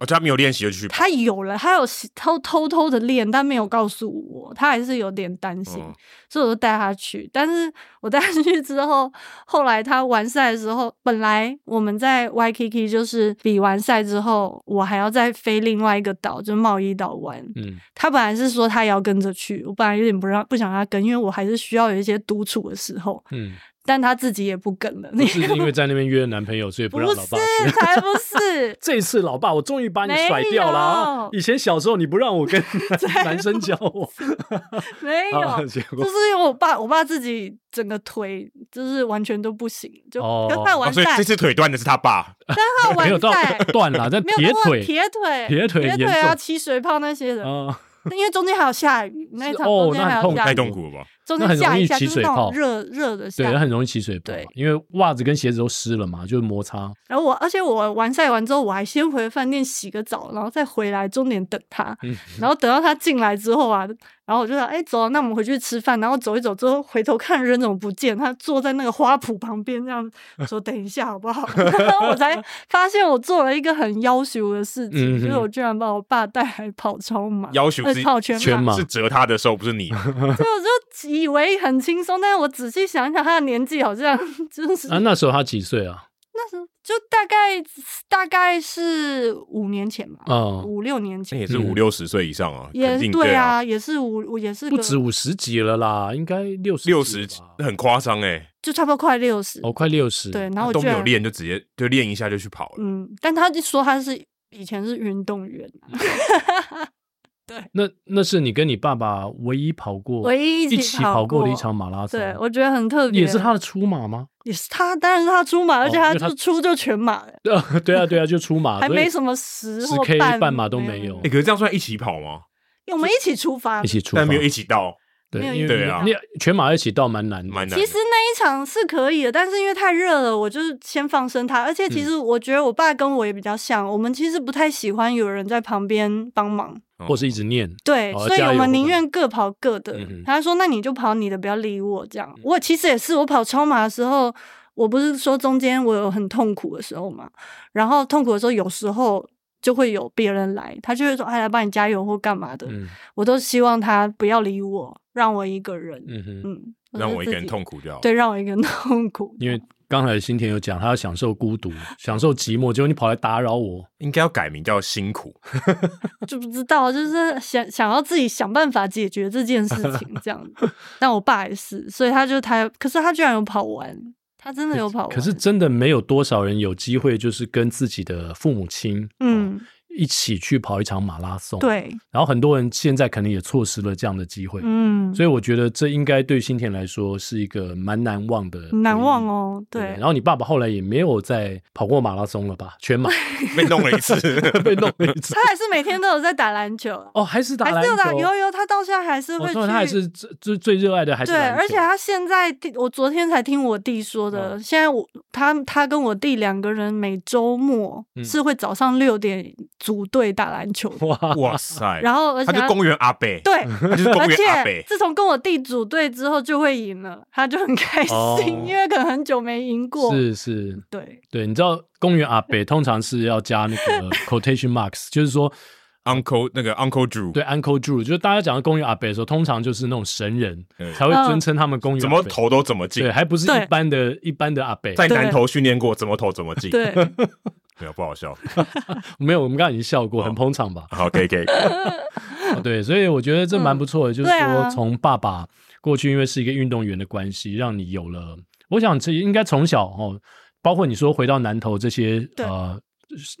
Speaker 4: 哦，他没有练习就去跑，
Speaker 5: 他有了，他有偷偷偷的练，但没有告诉我，他还是有点担心，
Speaker 1: 哦
Speaker 4: 嗯
Speaker 5: 所以我就带他去。但是我带他去之后， 后来他完赛的时候，本来我们在 Waikiki 就是比完赛之后，我还要再飞另外一个岛，就贸易岛玩。
Speaker 1: 嗯，
Speaker 5: 他本来是说他也要跟着去，我本来有点不让不想让他跟，因为我还是需要有一些独处的时候，
Speaker 1: 嗯，
Speaker 5: 但他自己也不跟了。
Speaker 1: 不 是因为在那边约了男朋友，所以不
Speaker 5: 不
Speaker 1: 让老爸去。，
Speaker 5: 是，才不是
Speaker 1: 这一次老爸，我终于把你甩掉了啊。
Speaker 5: 没有
Speaker 1: 以前小时候你不让我跟 男生交往，
Speaker 5: 没有。
Speaker 1: 啊结
Speaker 5: 就
Speaker 1: 果
Speaker 5: 是因为我爸，我爸自己整个腿就是完全都不行，就
Speaker 1: 哦
Speaker 5: 跟他
Speaker 4: 哦
Speaker 5: 完
Speaker 4: 所以
Speaker 5: 赛
Speaker 4: 这，次腿断的是他爸，
Speaker 5: 他
Speaker 1: 没有
Speaker 5: 完
Speaker 1: 到
Speaker 5: 赛
Speaker 1: 断了，但
Speaker 5: 没有
Speaker 1: 铁
Speaker 5: 到
Speaker 1: 腿
Speaker 5: 铁腿、
Speaker 1: 铁腿
Speaker 5: 铁
Speaker 1: 严
Speaker 5: 腿啊、
Speaker 1: 重
Speaker 5: 起水泡那些的，
Speaker 1: 啊，
Speaker 5: 因为中间还有下雨，那一场
Speaker 1: 哦
Speaker 5: 中间
Speaker 1: 那很
Speaker 5: 还有
Speaker 1: 痛
Speaker 5: 下
Speaker 4: 太
Speaker 5: 雨，
Speaker 4: 痛苦了吧？
Speaker 5: 中
Speaker 1: 那很
Speaker 5: 间下
Speaker 1: 容易
Speaker 5: 一下
Speaker 1: 起
Speaker 5: 就是
Speaker 1: 水
Speaker 5: 那
Speaker 1: 泡
Speaker 5: 种热热的下
Speaker 1: 对，
Speaker 5: 雨
Speaker 1: 他。很容易起水泡
Speaker 5: 啊
Speaker 1: 啊
Speaker 5: 对，
Speaker 1: 因为袜子跟鞋子都湿了嘛，就是摩擦。
Speaker 5: 然后我，而且我完赛完之后，我还先回饭店洗个澡，然后再回来终点等他。
Speaker 1: 嗯
Speaker 5: 然后等到他进来之后啊，然后我就说：“哎，走啊、那我们回去吃饭。”然后走一走之后，回头看人怎么不见？他坐在那个花圃旁边，这样 说：“等一下，好不好？” 然后我才发现我做了一个很要求的事情，
Speaker 1: 嗯哼
Speaker 5: 就是我居然把我爸带来跑超马，
Speaker 4: 要求
Speaker 5: 呃
Speaker 4: 是
Speaker 5: 跑全
Speaker 1: 全马
Speaker 4: 是折他的时候，不是你。
Speaker 5: 所以我就以为很轻松，但是我仔细想想，他的年纪好像 就是
Speaker 1: 啊，那时候他几岁啊？
Speaker 5: 就大概大概是五年前吧，
Speaker 1: 嗯，
Speaker 5: 五六年前
Speaker 4: 那也是五六十岁以上啊，
Speaker 5: 也
Speaker 4: 肯定
Speaker 5: 对
Speaker 4: 啊，
Speaker 5: 啊，也是五，我也是
Speaker 1: 不
Speaker 5: 个
Speaker 1: 止五十级了啦，应该六十
Speaker 4: 六十
Speaker 1: 吧
Speaker 4: 很夸张哎，
Speaker 5: 就差不多快六十、
Speaker 1: 哦，快六十。
Speaker 5: 对，，然后
Speaker 4: 他
Speaker 5: 我
Speaker 4: 都
Speaker 5: 居
Speaker 4: 没有
Speaker 5: 然，
Speaker 4: 练就直接就练一下就去跑了，
Speaker 5: 嗯，但他就说他是以前是运动员啊、
Speaker 1: 那那是你跟你爸爸唯一跑过，
Speaker 5: 唯一
Speaker 1: 一
Speaker 5: 一
Speaker 1: 起
Speaker 5: 起
Speaker 1: 跑
Speaker 5: 跑
Speaker 1: 过
Speaker 5: 过
Speaker 1: 的一场马拉松。
Speaker 5: 对我觉得很特别，
Speaker 1: 啊也是他，的出马吗？
Speaker 5: 也是他，当然是他出马，而且
Speaker 1: 哦因
Speaker 5: 他
Speaker 1: 为他
Speaker 5: 就出就全马了，
Speaker 1: 对啊， 对啊，对啊，就出马，
Speaker 5: 还没什
Speaker 1: 么
Speaker 5: 么十
Speaker 1: 十
Speaker 5: 或
Speaker 1: K
Speaker 5: 半
Speaker 1: 半马都没有
Speaker 5: 有，
Speaker 4: 哎，可是这样算一起跑吗？
Speaker 5: 我们一起出发
Speaker 1: 一。起出发，
Speaker 4: 但没有一起到，
Speaker 1: 对
Speaker 5: 没有，一
Speaker 1: 因为
Speaker 4: 对啊
Speaker 1: 你全马一起到蛮难的，
Speaker 4: 蛮难的。
Speaker 5: 其实那一场是可以的，但是因为太热了，我就是先放生他。而且
Speaker 1: 嗯
Speaker 5: 其实我觉得我爸跟我也比较像，我们其实不太喜欢有人在旁边帮忙。
Speaker 1: 或是一直念，
Speaker 5: 对，
Speaker 1: 哦
Speaker 5: 所以
Speaker 1: 加
Speaker 5: 我
Speaker 1: 油
Speaker 5: 们宁
Speaker 1: 嗯
Speaker 5: 愿各跑各的。
Speaker 1: 嗯哼嗯
Speaker 5: 他说：“那你就跑你的，不要理我。”这样，我其实也是，我跑超马的时候，我不是说中间我有很痛苦的时候嘛，然后痛苦的时候，有时候就会有别人来，他就会说：“哎，来帮你加油或干嘛的。
Speaker 1: 嗯
Speaker 5: 我都希望他不要理我，让我一个人。
Speaker 1: 嗯哼，
Speaker 5: 嗯，
Speaker 4: 让我一个人
Speaker 5: 就自己
Speaker 4: 痛苦就好。
Speaker 5: 对，让我一个人痛苦。
Speaker 1: 因为刚才新田有讲，他要享受孤独，享受寂寞，结果你跑来打扰我，
Speaker 4: 应该要改名叫辛苦。
Speaker 5: 就不知道，就是想想要自己想办法解决这件事 情这样子。但我爸也是，所以他就他，可是他居然有跑完，他真的有跑完。
Speaker 1: 可是真的没有多少人有机会，就是跟自己的父母亲，嗯、
Speaker 5: 嗯，
Speaker 1: 一起去跑一场马拉松。，
Speaker 5: 对，
Speaker 1: 然后很多人现在可能也错失了这样的机会，
Speaker 5: 嗯，
Speaker 1: 所以我觉得这应该对新田来说是一个蛮难忘的，
Speaker 5: 难忘。哦。
Speaker 1: 嗯对不对，
Speaker 5: 对
Speaker 1: 然，后你爸爸后来也没有再跑过马拉松了吧？全 马
Speaker 4: 被弄了一次，
Speaker 1: 被弄了一次
Speaker 5: 他还是每天都有在打篮球啊，
Speaker 1: 哦，还是打
Speaker 5: 还
Speaker 1: 篮
Speaker 5: 是有打，
Speaker 1: 球。
Speaker 5: 有有，他到现在还是
Speaker 1: 我
Speaker 5: 会
Speaker 1: 说
Speaker 5: 去。
Speaker 1: 他还是最最最热爱的还是
Speaker 5: 对，
Speaker 1: 篮球
Speaker 5: 而且他现在弟，我昨天才听我弟说的，
Speaker 1: 嗯
Speaker 5: 现在我他他跟我弟两个人每周末
Speaker 1: 嗯
Speaker 5: 是会早上六点组队打篮球的，
Speaker 1: 哇，
Speaker 4: 哇塞！
Speaker 5: 然后而且
Speaker 4: 他就公园阿贝，
Speaker 5: 对，
Speaker 4: 他 就是公
Speaker 5: 而
Speaker 4: 园阿
Speaker 5: 且
Speaker 4: 贝，
Speaker 5: 自从跟我弟组队之后就会赢了，他就很开心，
Speaker 1: 哦
Speaker 5: 因为可能很久没赢过。
Speaker 1: 是是，
Speaker 5: 对，
Speaker 1: 对，你知道公园阿北通常是要加那 个 quotation marks，就是说
Speaker 4: Uncle 那个 Uncle Drew，
Speaker 1: 对 Uncle Drew，就是大家讲到公园阿北的时候，通常就是那种神人
Speaker 4: 嗯
Speaker 1: 才会尊称他们公园
Speaker 4: 怎
Speaker 1: 阿
Speaker 4: 么
Speaker 1: 北
Speaker 4: 投都怎么进
Speaker 1: 对，，还不是
Speaker 5: 对
Speaker 1: 一般的一般的阿北。
Speaker 4: 在南投训练过，怎么投怎么进，
Speaker 5: 对，
Speaker 4: 没有不好笑。
Speaker 1: 没有，我们刚才已经笑
Speaker 4: 哦
Speaker 1: 过，很捧场吧？
Speaker 4: 好，可以可以，
Speaker 1: 哦对，所以我觉得这蛮不错的，就是
Speaker 5: 对啊
Speaker 1: 说从爸爸过去，因为是一个运动员的关系，让你有了，我想这应该从小哦，包括你说回到南投这些
Speaker 5: 对
Speaker 1: 呃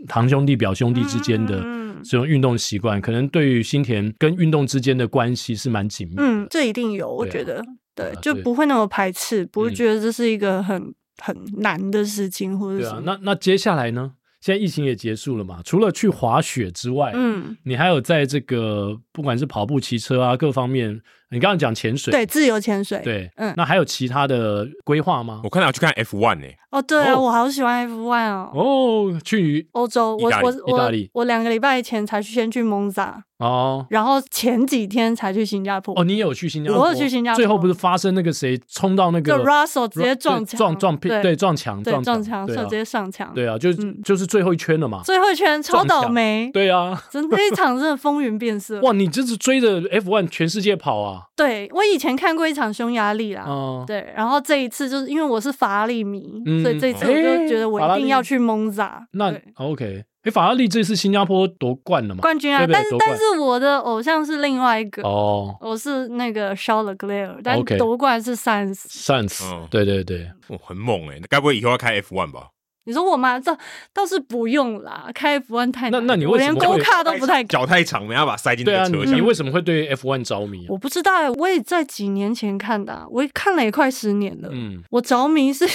Speaker 1: 堂兄弟表兄弟之间的
Speaker 5: 嗯嗯嗯
Speaker 1: 这种运动习惯，可能对于新田跟运动之间的关系是蛮紧密的。
Speaker 5: 嗯，这一定有，我
Speaker 1: 对啊
Speaker 5: 觉得，对
Speaker 1: 对啊，
Speaker 5: 就
Speaker 1: 对
Speaker 5: 不会那么排斥，不会
Speaker 1: 嗯
Speaker 5: 觉得这是一个很很难的事情或者
Speaker 1: 对
Speaker 5: 什
Speaker 1: 啊，
Speaker 5: 么。
Speaker 1: 那那接下来呢？现在疫情也结束了嘛，除了去滑雪之
Speaker 4: 哎
Speaker 1: 外，
Speaker 5: 嗯，
Speaker 1: 你还有在这个不管是跑步、骑车啊各方面，你刚刚讲潜水，
Speaker 5: 对，自由潜水，
Speaker 1: 对，
Speaker 5: 嗯
Speaker 1: 那还有其他的规划吗
Speaker 4: 我？看到要去看 F one 欸呢，
Speaker 5: 哦，对啊，
Speaker 1: 哦
Speaker 5: 我好喜欢 F1 哦。
Speaker 1: 哦，去
Speaker 5: 欧洲，我
Speaker 4: 意大利
Speaker 5: 我
Speaker 1: 意大
Speaker 5: 我
Speaker 1: 利
Speaker 5: 我两个礼拜前才去先去蒙扎，
Speaker 1: 哦
Speaker 5: 然后前几天才去新加坡。
Speaker 1: 哦，你也有去新加坡？
Speaker 5: 我有去新加坡
Speaker 1: 最后不是发生那个谁冲到那
Speaker 5: 就
Speaker 1: 个
Speaker 5: Russell 直接
Speaker 1: 对
Speaker 5: 撞墙，
Speaker 1: 撞撞
Speaker 5: 对
Speaker 1: 对撞墙
Speaker 5: 对撞
Speaker 1: 墙
Speaker 5: 墙，
Speaker 1: 对
Speaker 5: 手
Speaker 1: 啊
Speaker 5: 直接上墙。
Speaker 1: 对啊，就
Speaker 5: 嗯
Speaker 1: 就是最后一圈了嘛。
Speaker 5: 最后一圈超
Speaker 1: 撞墙
Speaker 5: 倒霉，
Speaker 1: 对啊，
Speaker 5: 真的，那一场真的风云变 色。
Speaker 1: 哇，你这是追着 F one 全世界跑啊！
Speaker 5: 对我以前看过一场匈牙利啦，
Speaker 1: 哦，
Speaker 5: 对，啊然后这一次就是因为我是法拉利迷，
Speaker 1: 嗯
Speaker 5: 所以这一次我就觉得我
Speaker 1: 法拉
Speaker 5: 一
Speaker 1: 利
Speaker 5: 定要去蒙扎。
Speaker 1: 那
Speaker 5: 对
Speaker 1: OK，哎，法拉利这次新加坡夺冠了嘛？
Speaker 5: 冠军
Speaker 1: 对，
Speaker 5: 啊
Speaker 1: 不对
Speaker 5: 但是
Speaker 1: 夺冠
Speaker 5: 但是我的偶像是另外一个，
Speaker 1: 哦
Speaker 5: 我是那个 Charles Leclerc，但
Speaker 1: OK
Speaker 5: 夺冠是 Sans。
Speaker 1: ，Sense，
Speaker 4: 嗯
Speaker 1: 对对对，
Speaker 4: 哦，很猛哎，该不会以后要开 F one 吧？
Speaker 5: 你说我妈倒倒是不用啦，开 F1 太难
Speaker 1: 那那你
Speaker 5: 我
Speaker 1: 为什
Speaker 5: 连
Speaker 1: 么会哎
Speaker 5: 勾卡都不太敢。
Speaker 4: 脚太长，没办法塞进
Speaker 1: 对
Speaker 4: 那
Speaker 1: 啊，
Speaker 4: 个
Speaker 1: 你
Speaker 4: 车
Speaker 1: 你
Speaker 4: 厢。
Speaker 1: 为什么会对 F one 着迷啊？
Speaker 5: 嗯我不知道、欸，我也在几年前看的啊、我也看了也快十年了。
Speaker 1: 嗯，
Speaker 5: 我着迷是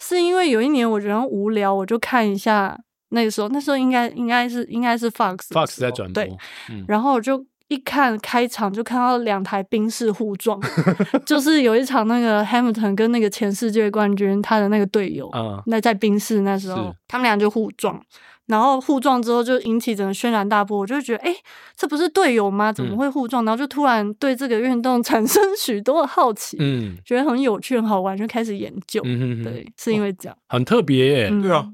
Speaker 5: 是因 为有一年我觉得无聊，我就看一下那个时候，那时候应该应该是应该是 Fox 的
Speaker 1: Fox
Speaker 5: 时
Speaker 1: 在
Speaker 5: 候
Speaker 1: 转播嗯
Speaker 5: 对，，然后我就。一看开场就看到两台宾士 互撞，就是有一场那个 Hamilton 跟那个前世界冠军他的那个队友，
Speaker 1: 嗯
Speaker 5: 那在宾士那时
Speaker 1: 是
Speaker 5: 候他们俩就互撞，然后互撞之后就引起整个轩然大波，我就觉得哎、诶这不是队友吗？怎
Speaker 1: 嗯
Speaker 5: 么会互撞？然后就突然对这个运动产生许多的好奇，
Speaker 1: 嗯
Speaker 5: 觉得很有趣、很好玩，就开始研究。
Speaker 1: 嗯哼哼，
Speaker 5: 对，是因为这样。
Speaker 1: 很特别耶。
Speaker 5: 嗯，
Speaker 4: 对啊，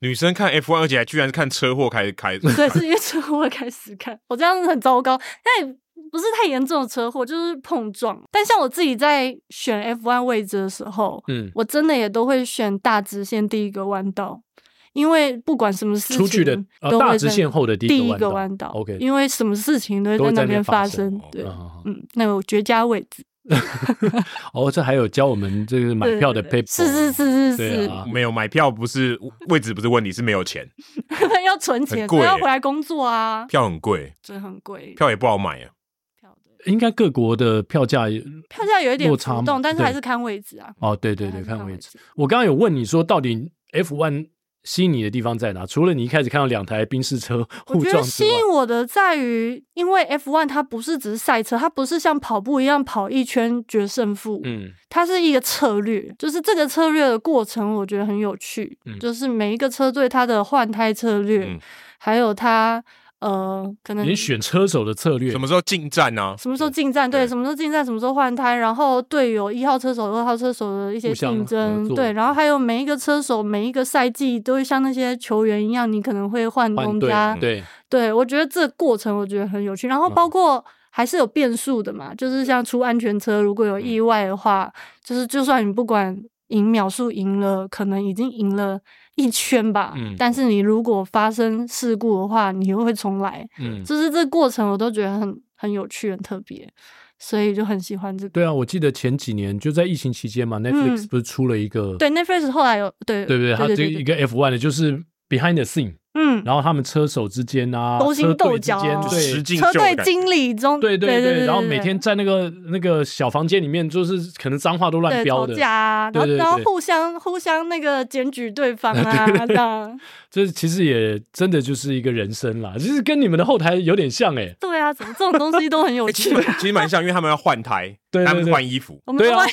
Speaker 4: 女生看 F one，而且还居然是看车祸开开，
Speaker 5: 对，是因为车祸开始看，我这样子很糟糕，但也不是太严重的车祸，就是碰撞。但像我自己在选 F1 位置的时候，
Speaker 1: 嗯
Speaker 5: 我真的也都会选大直线第一个弯道。因为不管什么事情，
Speaker 1: 出去的呃
Speaker 5: 都会
Speaker 1: 大直
Speaker 5: 在
Speaker 1: 线后的第
Speaker 5: 第
Speaker 1: 一个弯
Speaker 5: 个
Speaker 1: 道
Speaker 5: 弯道
Speaker 1: OK
Speaker 5: 因为什么事情都会
Speaker 1: 都会
Speaker 5: 在
Speaker 1: 在
Speaker 5: 那
Speaker 1: 那
Speaker 5: 边
Speaker 1: 发
Speaker 5: 发
Speaker 1: 生
Speaker 5: 生
Speaker 1: 哦，
Speaker 5: 对，
Speaker 1: 嗯嗯
Speaker 5: 嗯，那个绝佳位置，
Speaker 1: 哦，这还有教我们这个买
Speaker 5: 对
Speaker 1: 票的
Speaker 5: 对
Speaker 1: paper，
Speaker 5: 对是是是是
Speaker 1: 对
Speaker 5: 是，
Speaker 1: 啊
Speaker 4: 没有买票不是位置不是问题，是没有 钱，
Speaker 5: 要存
Speaker 4: 很
Speaker 5: 钱，
Speaker 4: 贵
Speaker 5: 所以要
Speaker 4: 欸
Speaker 5: 回来工作啊，
Speaker 4: 票很贵，
Speaker 5: 这很贵，
Speaker 4: 票也不好买啊。
Speaker 5: 票的
Speaker 1: 应该各国的票价也
Speaker 5: 票价有一点
Speaker 1: 落
Speaker 5: 浮
Speaker 1: 差嘛
Speaker 5: 动，但是还
Speaker 1: 对
Speaker 5: 是看位置啊。
Speaker 1: 哦，对对
Speaker 5: 还
Speaker 1: 对，
Speaker 5: 是
Speaker 1: 看
Speaker 5: 看
Speaker 1: 位
Speaker 5: 位
Speaker 1: 置
Speaker 5: 置。
Speaker 1: 我刚刚有问你说，到底 F one 吸引你的地方在哪？除了你一开始看到两台宾士车
Speaker 5: 我
Speaker 1: 互
Speaker 5: 觉得
Speaker 1: 撞之
Speaker 5: 吸
Speaker 1: 外，
Speaker 5: 引我的在于，因为 F1 它不是只是赛车，它不是像跑步一样跑一圈决胜负，
Speaker 1: 嗯
Speaker 5: 它是一个策略，就是这个策略的过程，我觉得很有趣。
Speaker 1: 嗯
Speaker 5: 就是每一个车队它的换胎策略，
Speaker 4: 嗯
Speaker 5: 还有它呃可能
Speaker 1: 连选车手的策略
Speaker 4: 什么时候进站呢？
Speaker 5: 什么时候进站，对，
Speaker 4: 对
Speaker 5: 什么时候进站，什么时候换胎，然后队友一号车手、二号车手的一些
Speaker 1: 互相
Speaker 5: 竞
Speaker 1: 合
Speaker 5: 争，
Speaker 1: 作嗯
Speaker 5: 对，然后还有每一个车手每一个赛季都会像那些球员一样，你可能会换
Speaker 1: 换
Speaker 5: 东
Speaker 1: 队嗯
Speaker 5: 家，
Speaker 1: 对，嗯
Speaker 5: 对，我觉得这个过程我觉得很有趣，然后包括还是有
Speaker 1: 嗯
Speaker 5: 变数的嘛，就是像出安全车，如果有意外的话，就是就算你不管赢秒数赢了，可能已经赢了一圈吧。
Speaker 1: 嗯
Speaker 5: 但是你如果发生事故的话，你又会重来。
Speaker 1: 嗯，
Speaker 5: 就是这过程，我都觉得很很有趣、很特别，所以就很喜欢这个。
Speaker 1: 对啊，我记得前几年就在疫情期间嘛，Netflix
Speaker 5: 嗯
Speaker 1: 不是出了一个，
Speaker 5: 对 Netflix 后来有对
Speaker 1: 对不对？
Speaker 5: 对
Speaker 1: 它
Speaker 5: 对
Speaker 1: 这
Speaker 5: 对
Speaker 1: 一
Speaker 5: 对
Speaker 1: 个 F1 的，就是 behind the scene，
Speaker 5: 嗯，
Speaker 1: 然后他们车手之间啊，
Speaker 5: 勾心
Speaker 1: 车队
Speaker 5: 斗
Speaker 1: 之
Speaker 5: 角
Speaker 1: 间
Speaker 5: 啊
Speaker 1: 对
Speaker 4: 实，境
Speaker 5: 车
Speaker 4: 秀的
Speaker 5: 队
Speaker 4: 感觉
Speaker 5: 经理中
Speaker 1: 对
Speaker 5: 对
Speaker 1: 对
Speaker 5: 对，
Speaker 1: 然后每
Speaker 5: 对
Speaker 1: 天在那个那个小房间里面，就是可能脏话都乱
Speaker 5: 对
Speaker 1: 飙
Speaker 5: 吵
Speaker 1: 的，
Speaker 5: 架啊，然
Speaker 1: 对
Speaker 5: 后
Speaker 1: 对
Speaker 5: 然后
Speaker 1: 对
Speaker 5: 互相互相那个检举对方 啊，这样
Speaker 1: 这其实也真的就是一个人生啦，其实跟你们的后台有点像哎、
Speaker 5: 对啊，怎么这种东西都很有
Speaker 4: 哎其
Speaker 5: 趣
Speaker 4: 实。蛮其实蛮像，因为他们要换胎，
Speaker 1: 对对
Speaker 4: 他们
Speaker 1: 对
Speaker 4: 换衣服，
Speaker 5: 我们
Speaker 1: 对
Speaker 5: 都
Speaker 1: 啊
Speaker 5: 会，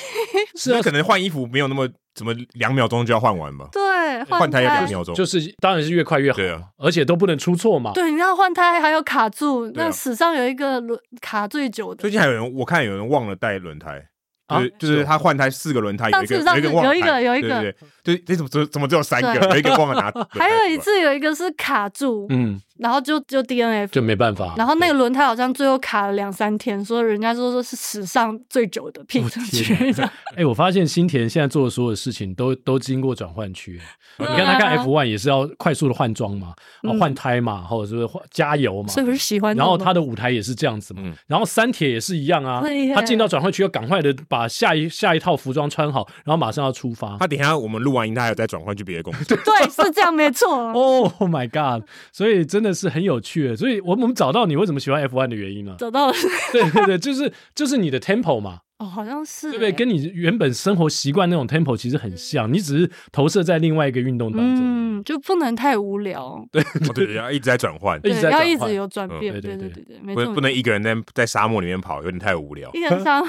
Speaker 1: 是啊
Speaker 4: 那，可能换衣服没有那么怎么两秒钟就要换完嘛，
Speaker 5: 对
Speaker 4: 换胎
Speaker 5: 胎
Speaker 4: 要两秒钟，
Speaker 1: 就是当然是越快越好，
Speaker 4: 对啊，
Speaker 1: 而且都不能出错嘛。
Speaker 5: 对，你知道换胎还有卡住，
Speaker 4: 对啊
Speaker 5: 那史上有一个轮卡最久的
Speaker 4: 最，近还有人，我看有人忘了带轮胎，
Speaker 1: 啊
Speaker 4: 就是就是他换胎四个轮胎，有一个
Speaker 5: 哦上次
Speaker 4: 个忘了带
Speaker 5: 有一个有一个
Speaker 4: 对对对，对，这怎么怎么怎么只有三个，
Speaker 5: 对
Speaker 4: 有一个忘了拿轮胎出来，
Speaker 5: 还有一次有一个是卡住，
Speaker 1: 嗯，
Speaker 5: 然后就就 DNF，
Speaker 1: 就没办法。
Speaker 5: 然后那个轮胎好像最后卡了两三天，所以人家说说是史上最久的拼上去的，
Speaker 1: 哎、我发现新田现在做的所有事情都都经过转换区。 你
Speaker 5: 对
Speaker 1: 看他看
Speaker 5: 啊
Speaker 1: F1 也是要快速的换装嘛，啊
Speaker 5: 嗯
Speaker 1: 换、胎嘛，或者是换加油嘛
Speaker 5: 所。以我是喜欢这
Speaker 1: 然
Speaker 5: 种
Speaker 1: 后
Speaker 5: 东西。
Speaker 1: 他的舞台也是这样子嘛，
Speaker 4: 嗯
Speaker 1: 然后三铁也是一样啊
Speaker 5: 对，耶
Speaker 1: 他进到转换区要赶快的把下一下一套服装穿好，然后马上要出发。
Speaker 4: 他等一下我们录完音，他还有再转换去别的公司，
Speaker 5: 对是这样没 错，
Speaker 1: Oh my god！所以真的是很有趣耶，所以我我们找到你为什么喜欢 F1 的原因 了。
Speaker 5: 找到了
Speaker 1: 对对对，就是就是你的 tempo 嘛，
Speaker 5: 哦，好像是
Speaker 1: 对不对？
Speaker 5: 欸
Speaker 1: 跟你原本生活习惯那种 tempo 其实很像，你只是投射在另外一个运动当中，
Speaker 5: 嗯，就不能太 无聊，
Speaker 4: 哦对对，要一直在转换，
Speaker 1: 一直在
Speaker 5: 要
Speaker 1: 转
Speaker 5: 一
Speaker 1: 换
Speaker 5: 直有转
Speaker 4: 嗯
Speaker 5: 变，
Speaker 1: 对对
Speaker 5: 对
Speaker 1: 对
Speaker 5: 对对， 没
Speaker 4: 不
Speaker 5: 错，
Speaker 4: 能不能一个人在在沙漠里面跑，有点太无 聊。
Speaker 5: 一个 人上，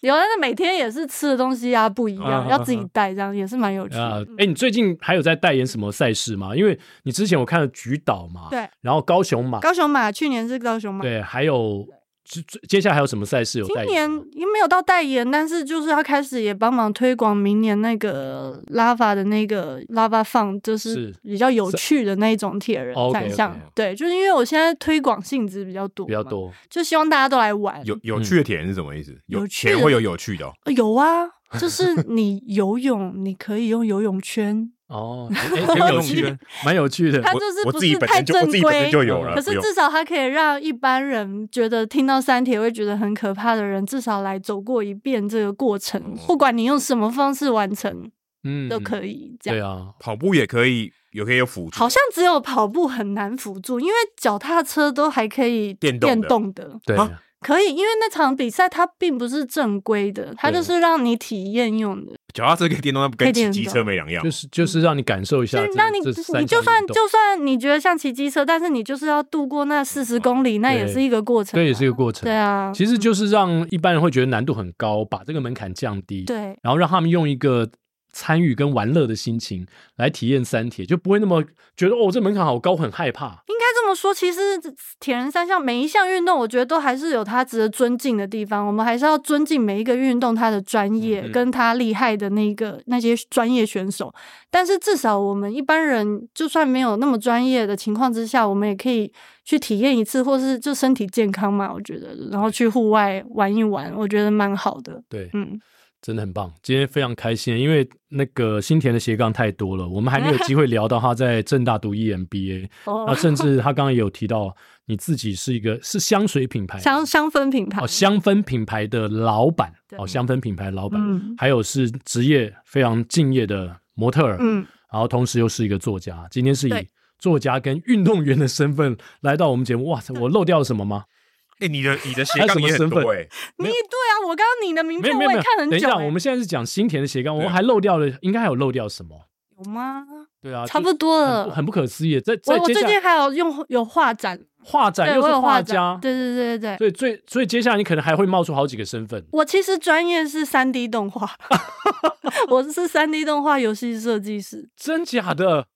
Speaker 5: 有但是每天也是吃的东西啊不一
Speaker 1: 啊
Speaker 5: 样，要自己带，这样也是蛮有趣
Speaker 1: 啊
Speaker 5: 的。，嗯
Speaker 1: 哎，你最近还有在代言什么赛事吗？因为你之前我看了菊岛嘛，
Speaker 5: 对，
Speaker 1: 然后高雄马，
Speaker 5: 高雄马去年是高雄马，
Speaker 1: 对，还有接接下来还有什么赛事有代
Speaker 5: 今
Speaker 1: 言
Speaker 5: 年
Speaker 1: 吗？
Speaker 5: 也没有到代言，但是就是他开始也帮忙推广明年那个拉法的那个拉法放，就是
Speaker 1: 是哦
Speaker 5: 比较有趣的那一种铁人
Speaker 1: OK，OK
Speaker 5: 三项。对，就是因为我现在推广性质比较多，
Speaker 1: 比较， 多，
Speaker 5: 就希望大家都来玩。
Speaker 4: 有有趣的铁人是什么意 思？
Speaker 5: 有趣的
Speaker 4: 铁会有有趣的哦，
Speaker 5: 呃有啊，就是你游泳，你可以用游泳 圈，
Speaker 1: 哦，哎，挺有趣的，蛮有趣的。
Speaker 5: 它
Speaker 4: 我
Speaker 5: 就是
Speaker 4: 我
Speaker 5: 不
Speaker 4: 自己
Speaker 5: 是
Speaker 4: 本
Speaker 5: 太
Speaker 4: 身就
Speaker 5: 正
Speaker 4: 我自己本身
Speaker 5: 规。
Speaker 4: 就有
Speaker 1: 啊
Speaker 4: 了， 不
Speaker 5: 可是
Speaker 4: 用
Speaker 5: 至少它可以让一般人觉得听到三铁会觉得很可怕的人，至少来走过一遍这个过程，不管你用什么方式完成
Speaker 1: 哦嗯，
Speaker 5: 都可以。这样
Speaker 1: 对啊，
Speaker 4: 跑步也可以，也可以有辅助，
Speaker 5: 好像只有跑步很难辅助，因为脚踏车都还可以
Speaker 4: 电动的
Speaker 5: 的
Speaker 1: 对
Speaker 4: 啊
Speaker 5: 可以，因为那场比赛它并不是正规的，它
Speaker 1: 对
Speaker 5: 就是让你体验用的，
Speaker 4: 脚踏车跟电动，那不跟
Speaker 5: 可以
Speaker 4: 骑
Speaker 5: 电
Speaker 4: 机车
Speaker 5: 动
Speaker 4: 没两样
Speaker 1: 就。是就是让你感受一
Speaker 5: 嗯就
Speaker 1: 下
Speaker 5: 是
Speaker 1: 这，
Speaker 5: 让你
Speaker 1: 这三
Speaker 5: 你就
Speaker 1: 项
Speaker 5: 算
Speaker 1: 运动
Speaker 5: 就算你觉得像骑机车，但是你就是要度过那四十公里，那也是一个过程嘛，
Speaker 1: 嗯对，也是一个过程。
Speaker 5: 对啊，
Speaker 1: 其实就是让一般人会觉得难度很高，把这个门槛降低，，
Speaker 5: 对。
Speaker 1: 然后让他们用一个参与跟玩乐的心情来体验三铁，就不会那么觉得哦，这门槛好高，很害怕。
Speaker 5: 应该这么说，其实铁人三项每一项运动，我觉得都还是有它值得尊敬的地方。我们还是要尊敬每一个运动它的专业，
Speaker 4: 嗯
Speaker 5: 跟它厉害的那个那些专业选手。但是至少我们一般人，就算没有那么专业的情况之下，我们也可以去体验一次，或是就身体健康嘛，我觉得，然后去户外玩一玩，我觉得蛮好的。
Speaker 1: 对，
Speaker 5: 嗯，
Speaker 1: 真的很棒，今天非常开心，因为那个新田的斜杠太多了，我们还没有机会聊到他在正大读 EMBA，
Speaker 5: 哦
Speaker 1: 那，甚至他刚刚也有提到你自己是一个是香水品牌
Speaker 5: 香香氛品牌嗯
Speaker 1: 哦，香氛品牌的老板
Speaker 5: 对
Speaker 1: 哦，香氛品牌老板，
Speaker 5: 嗯
Speaker 1: 还有是职业非常敬业的模特儿，
Speaker 5: 嗯，
Speaker 1: 然后同时又是一个作家。今天是以
Speaker 5: 对
Speaker 1: 作家跟运动员的身份来到我们节目，哇，我漏掉了什么吗？
Speaker 4: 哎，你的你
Speaker 1: 还
Speaker 4: 的斜
Speaker 1: 有什
Speaker 4: 杠
Speaker 1: 么
Speaker 4: 也
Speaker 1: 身
Speaker 4: 很
Speaker 1: 份
Speaker 4: 多哎，
Speaker 5: 你对啊，我刚刚你的名
Speaker 1: 没
Speaker 5: 片
Speaker 1: 有
Speaker 5: 我
Speaker 1: 没有没
Speaker 5: 也
Speaker 1: 有
Speaker 5: 看，很久、
Speaker 1: 等一下，
Speaker 5: 欸
Speaker 1: 我们现在是讲新田的斜杠，我
Speaker 4: 对
Speaker 1: 们
Speaker 4: 啊
Speaker 1: 还漏掉了，应该还有漏掉什么？
Speaker 5: 有吗？
Speaker 1: 对啊，
Speaker 5: 差不多
Speaker 1: 就
Speaker 5: 了
Speaker 1: 很不很不可思议。在
Speaker 5: 嗯我
Speaker 1: 在
Speaker 5: 我
Speaker 1: 接
Speaker 5: 最
Speaker 1: 下
Speaker 5: 近
Speaker 1: 来
Speaker 5: 还有用有画展，
Speaker 1: 画展
Speaker 5: 对
Speaker 1: 又
Speaker 5: 我
Speaker 1: 是
Speaker 5: 有
Speaker 1: 画
Speaker 5: 画展
Speaker 1: 家，
Speaker 5: 对对对对对。
Speaker 1: 所以最所以接下来你可能还会冒出好几个身份。
Speaker 5: 我其实专业是三 D 动画，我是三 D 动画游戏设计师。
Speaker 1: 真假的？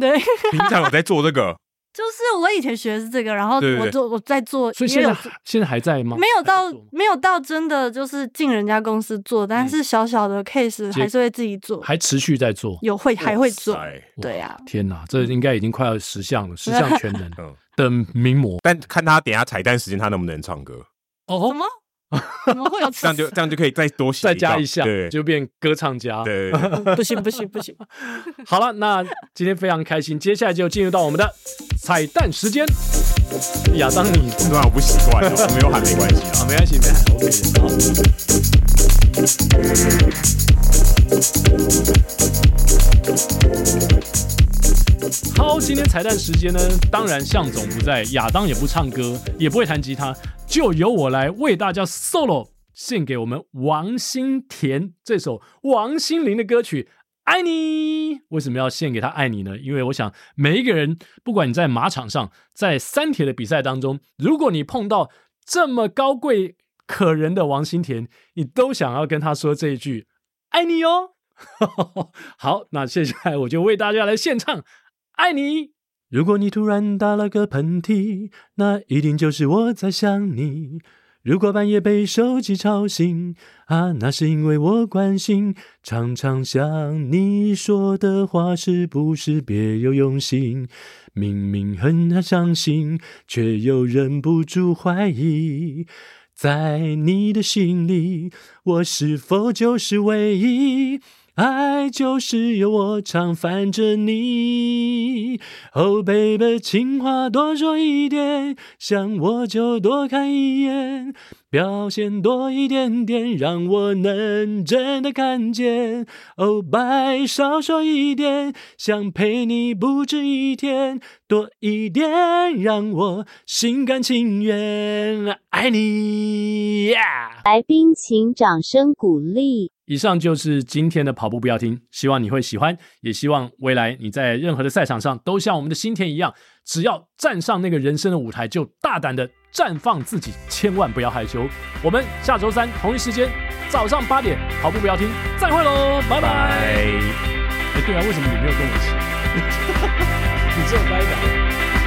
Speaker 5: 对，
Speaker 4: 平常有在做这个，
Speaker 5: 就是我以前学的是这个，然后
Speaker 4: 对对
Speaker 5: 我
Speaker 4: 对
Speaker 5: 做我在做，
Speaker 1: 所以
Speaker 5: 也
Speaker 1: 现
Speaker 5: 有
Speaker 1: 在还现在还在吗？
Speaker 5: 没有
Speaker 1: 还
Speaker 5: 到
Speaker 1: 在做吗嗯
Speaker 5: 没有到真的就是进人家公司做，但是小小的 case
Speaker 1: 接
Speaker 5: 还是会自己做，
Speaker 1: 还持续在做。
Speaker 5: 有会 还会做
Speaker 4: 哇塞，
Speaker 5: 对啊，
Speaker 1: 天哪，这应该已经快要十项了，十项全能
Speaker 4: 嗯
Speaker 1: 的名模
Speaker 4: 但看他等一下彩蛋时间，他能不能唱歌？
Speaker 1: 哦
Speaker 5: 什么怎么会有
Speaker 4: 这样就这样就可以再多写
Speaker 1: 再
Speaker 4: 一
Speaker 1: 加
Speaker 4: 道
Speaker 1: 一项
Speaker 4: 对
Speaker 1: 就变歌唱家。
Speaker 4: 对，对 对
Speaker 5: 不行不行不行，
Speaker 1: 好了，那今天非常开心，接下来就进入到我们的彩蛋时间。亚当，你
Speaker 4: 虽然我不习惯，我没有喊没关系啊。
Speaker 1: 啊，没关系，没关系，OK 的。好好，今天彩蛋时间呢，当然向总不在，亚当也不唱歌，也不会弹吉他，就由我来为大家 solo 献给我们王心田这首王心凌的歌曲《爱你》。为什么要献给他《爱你》呢？因为我想每一个人，不管你在马场上，在三铁的比赛当中，如果你碰到这么高贵可人的王心田，你都想要跟他说这一句“爱你哦” 好，那接下来我就为大家来献唱。爱你。如果你突然打了个喷嚏，那一定就是我在想你。如果半夜被手机吵醒，啊，那是因为我关心。常常想你说的话是不是别有用心？明明很伤心，却又忍不住怀疑。在你的心里，我是否就是唯一？爱就是由我常烦着你。Oh baby，情话多说一点，想我就多看一眼，表现多一点点，让我能真的看见。Oh bye，少说一点，想陪你不止一天，多一点让我心甘情愿爱你。Yeah!
Speaker 6: 来宾请掌声鼓励。
Speaker 1: 以上就是今天的跑步不要停，希望你会喜欢，也希望未来你在任何的赛场上都像我们的新田一样，只要站上那个人生的舞台，就大胆的绽放自己，千万不要害羞。我们下周三同一时间早上八点，跑步不要停，再会喽，拜拜。哎，对啊，为什么你没有跟我一起？你只有拜拜。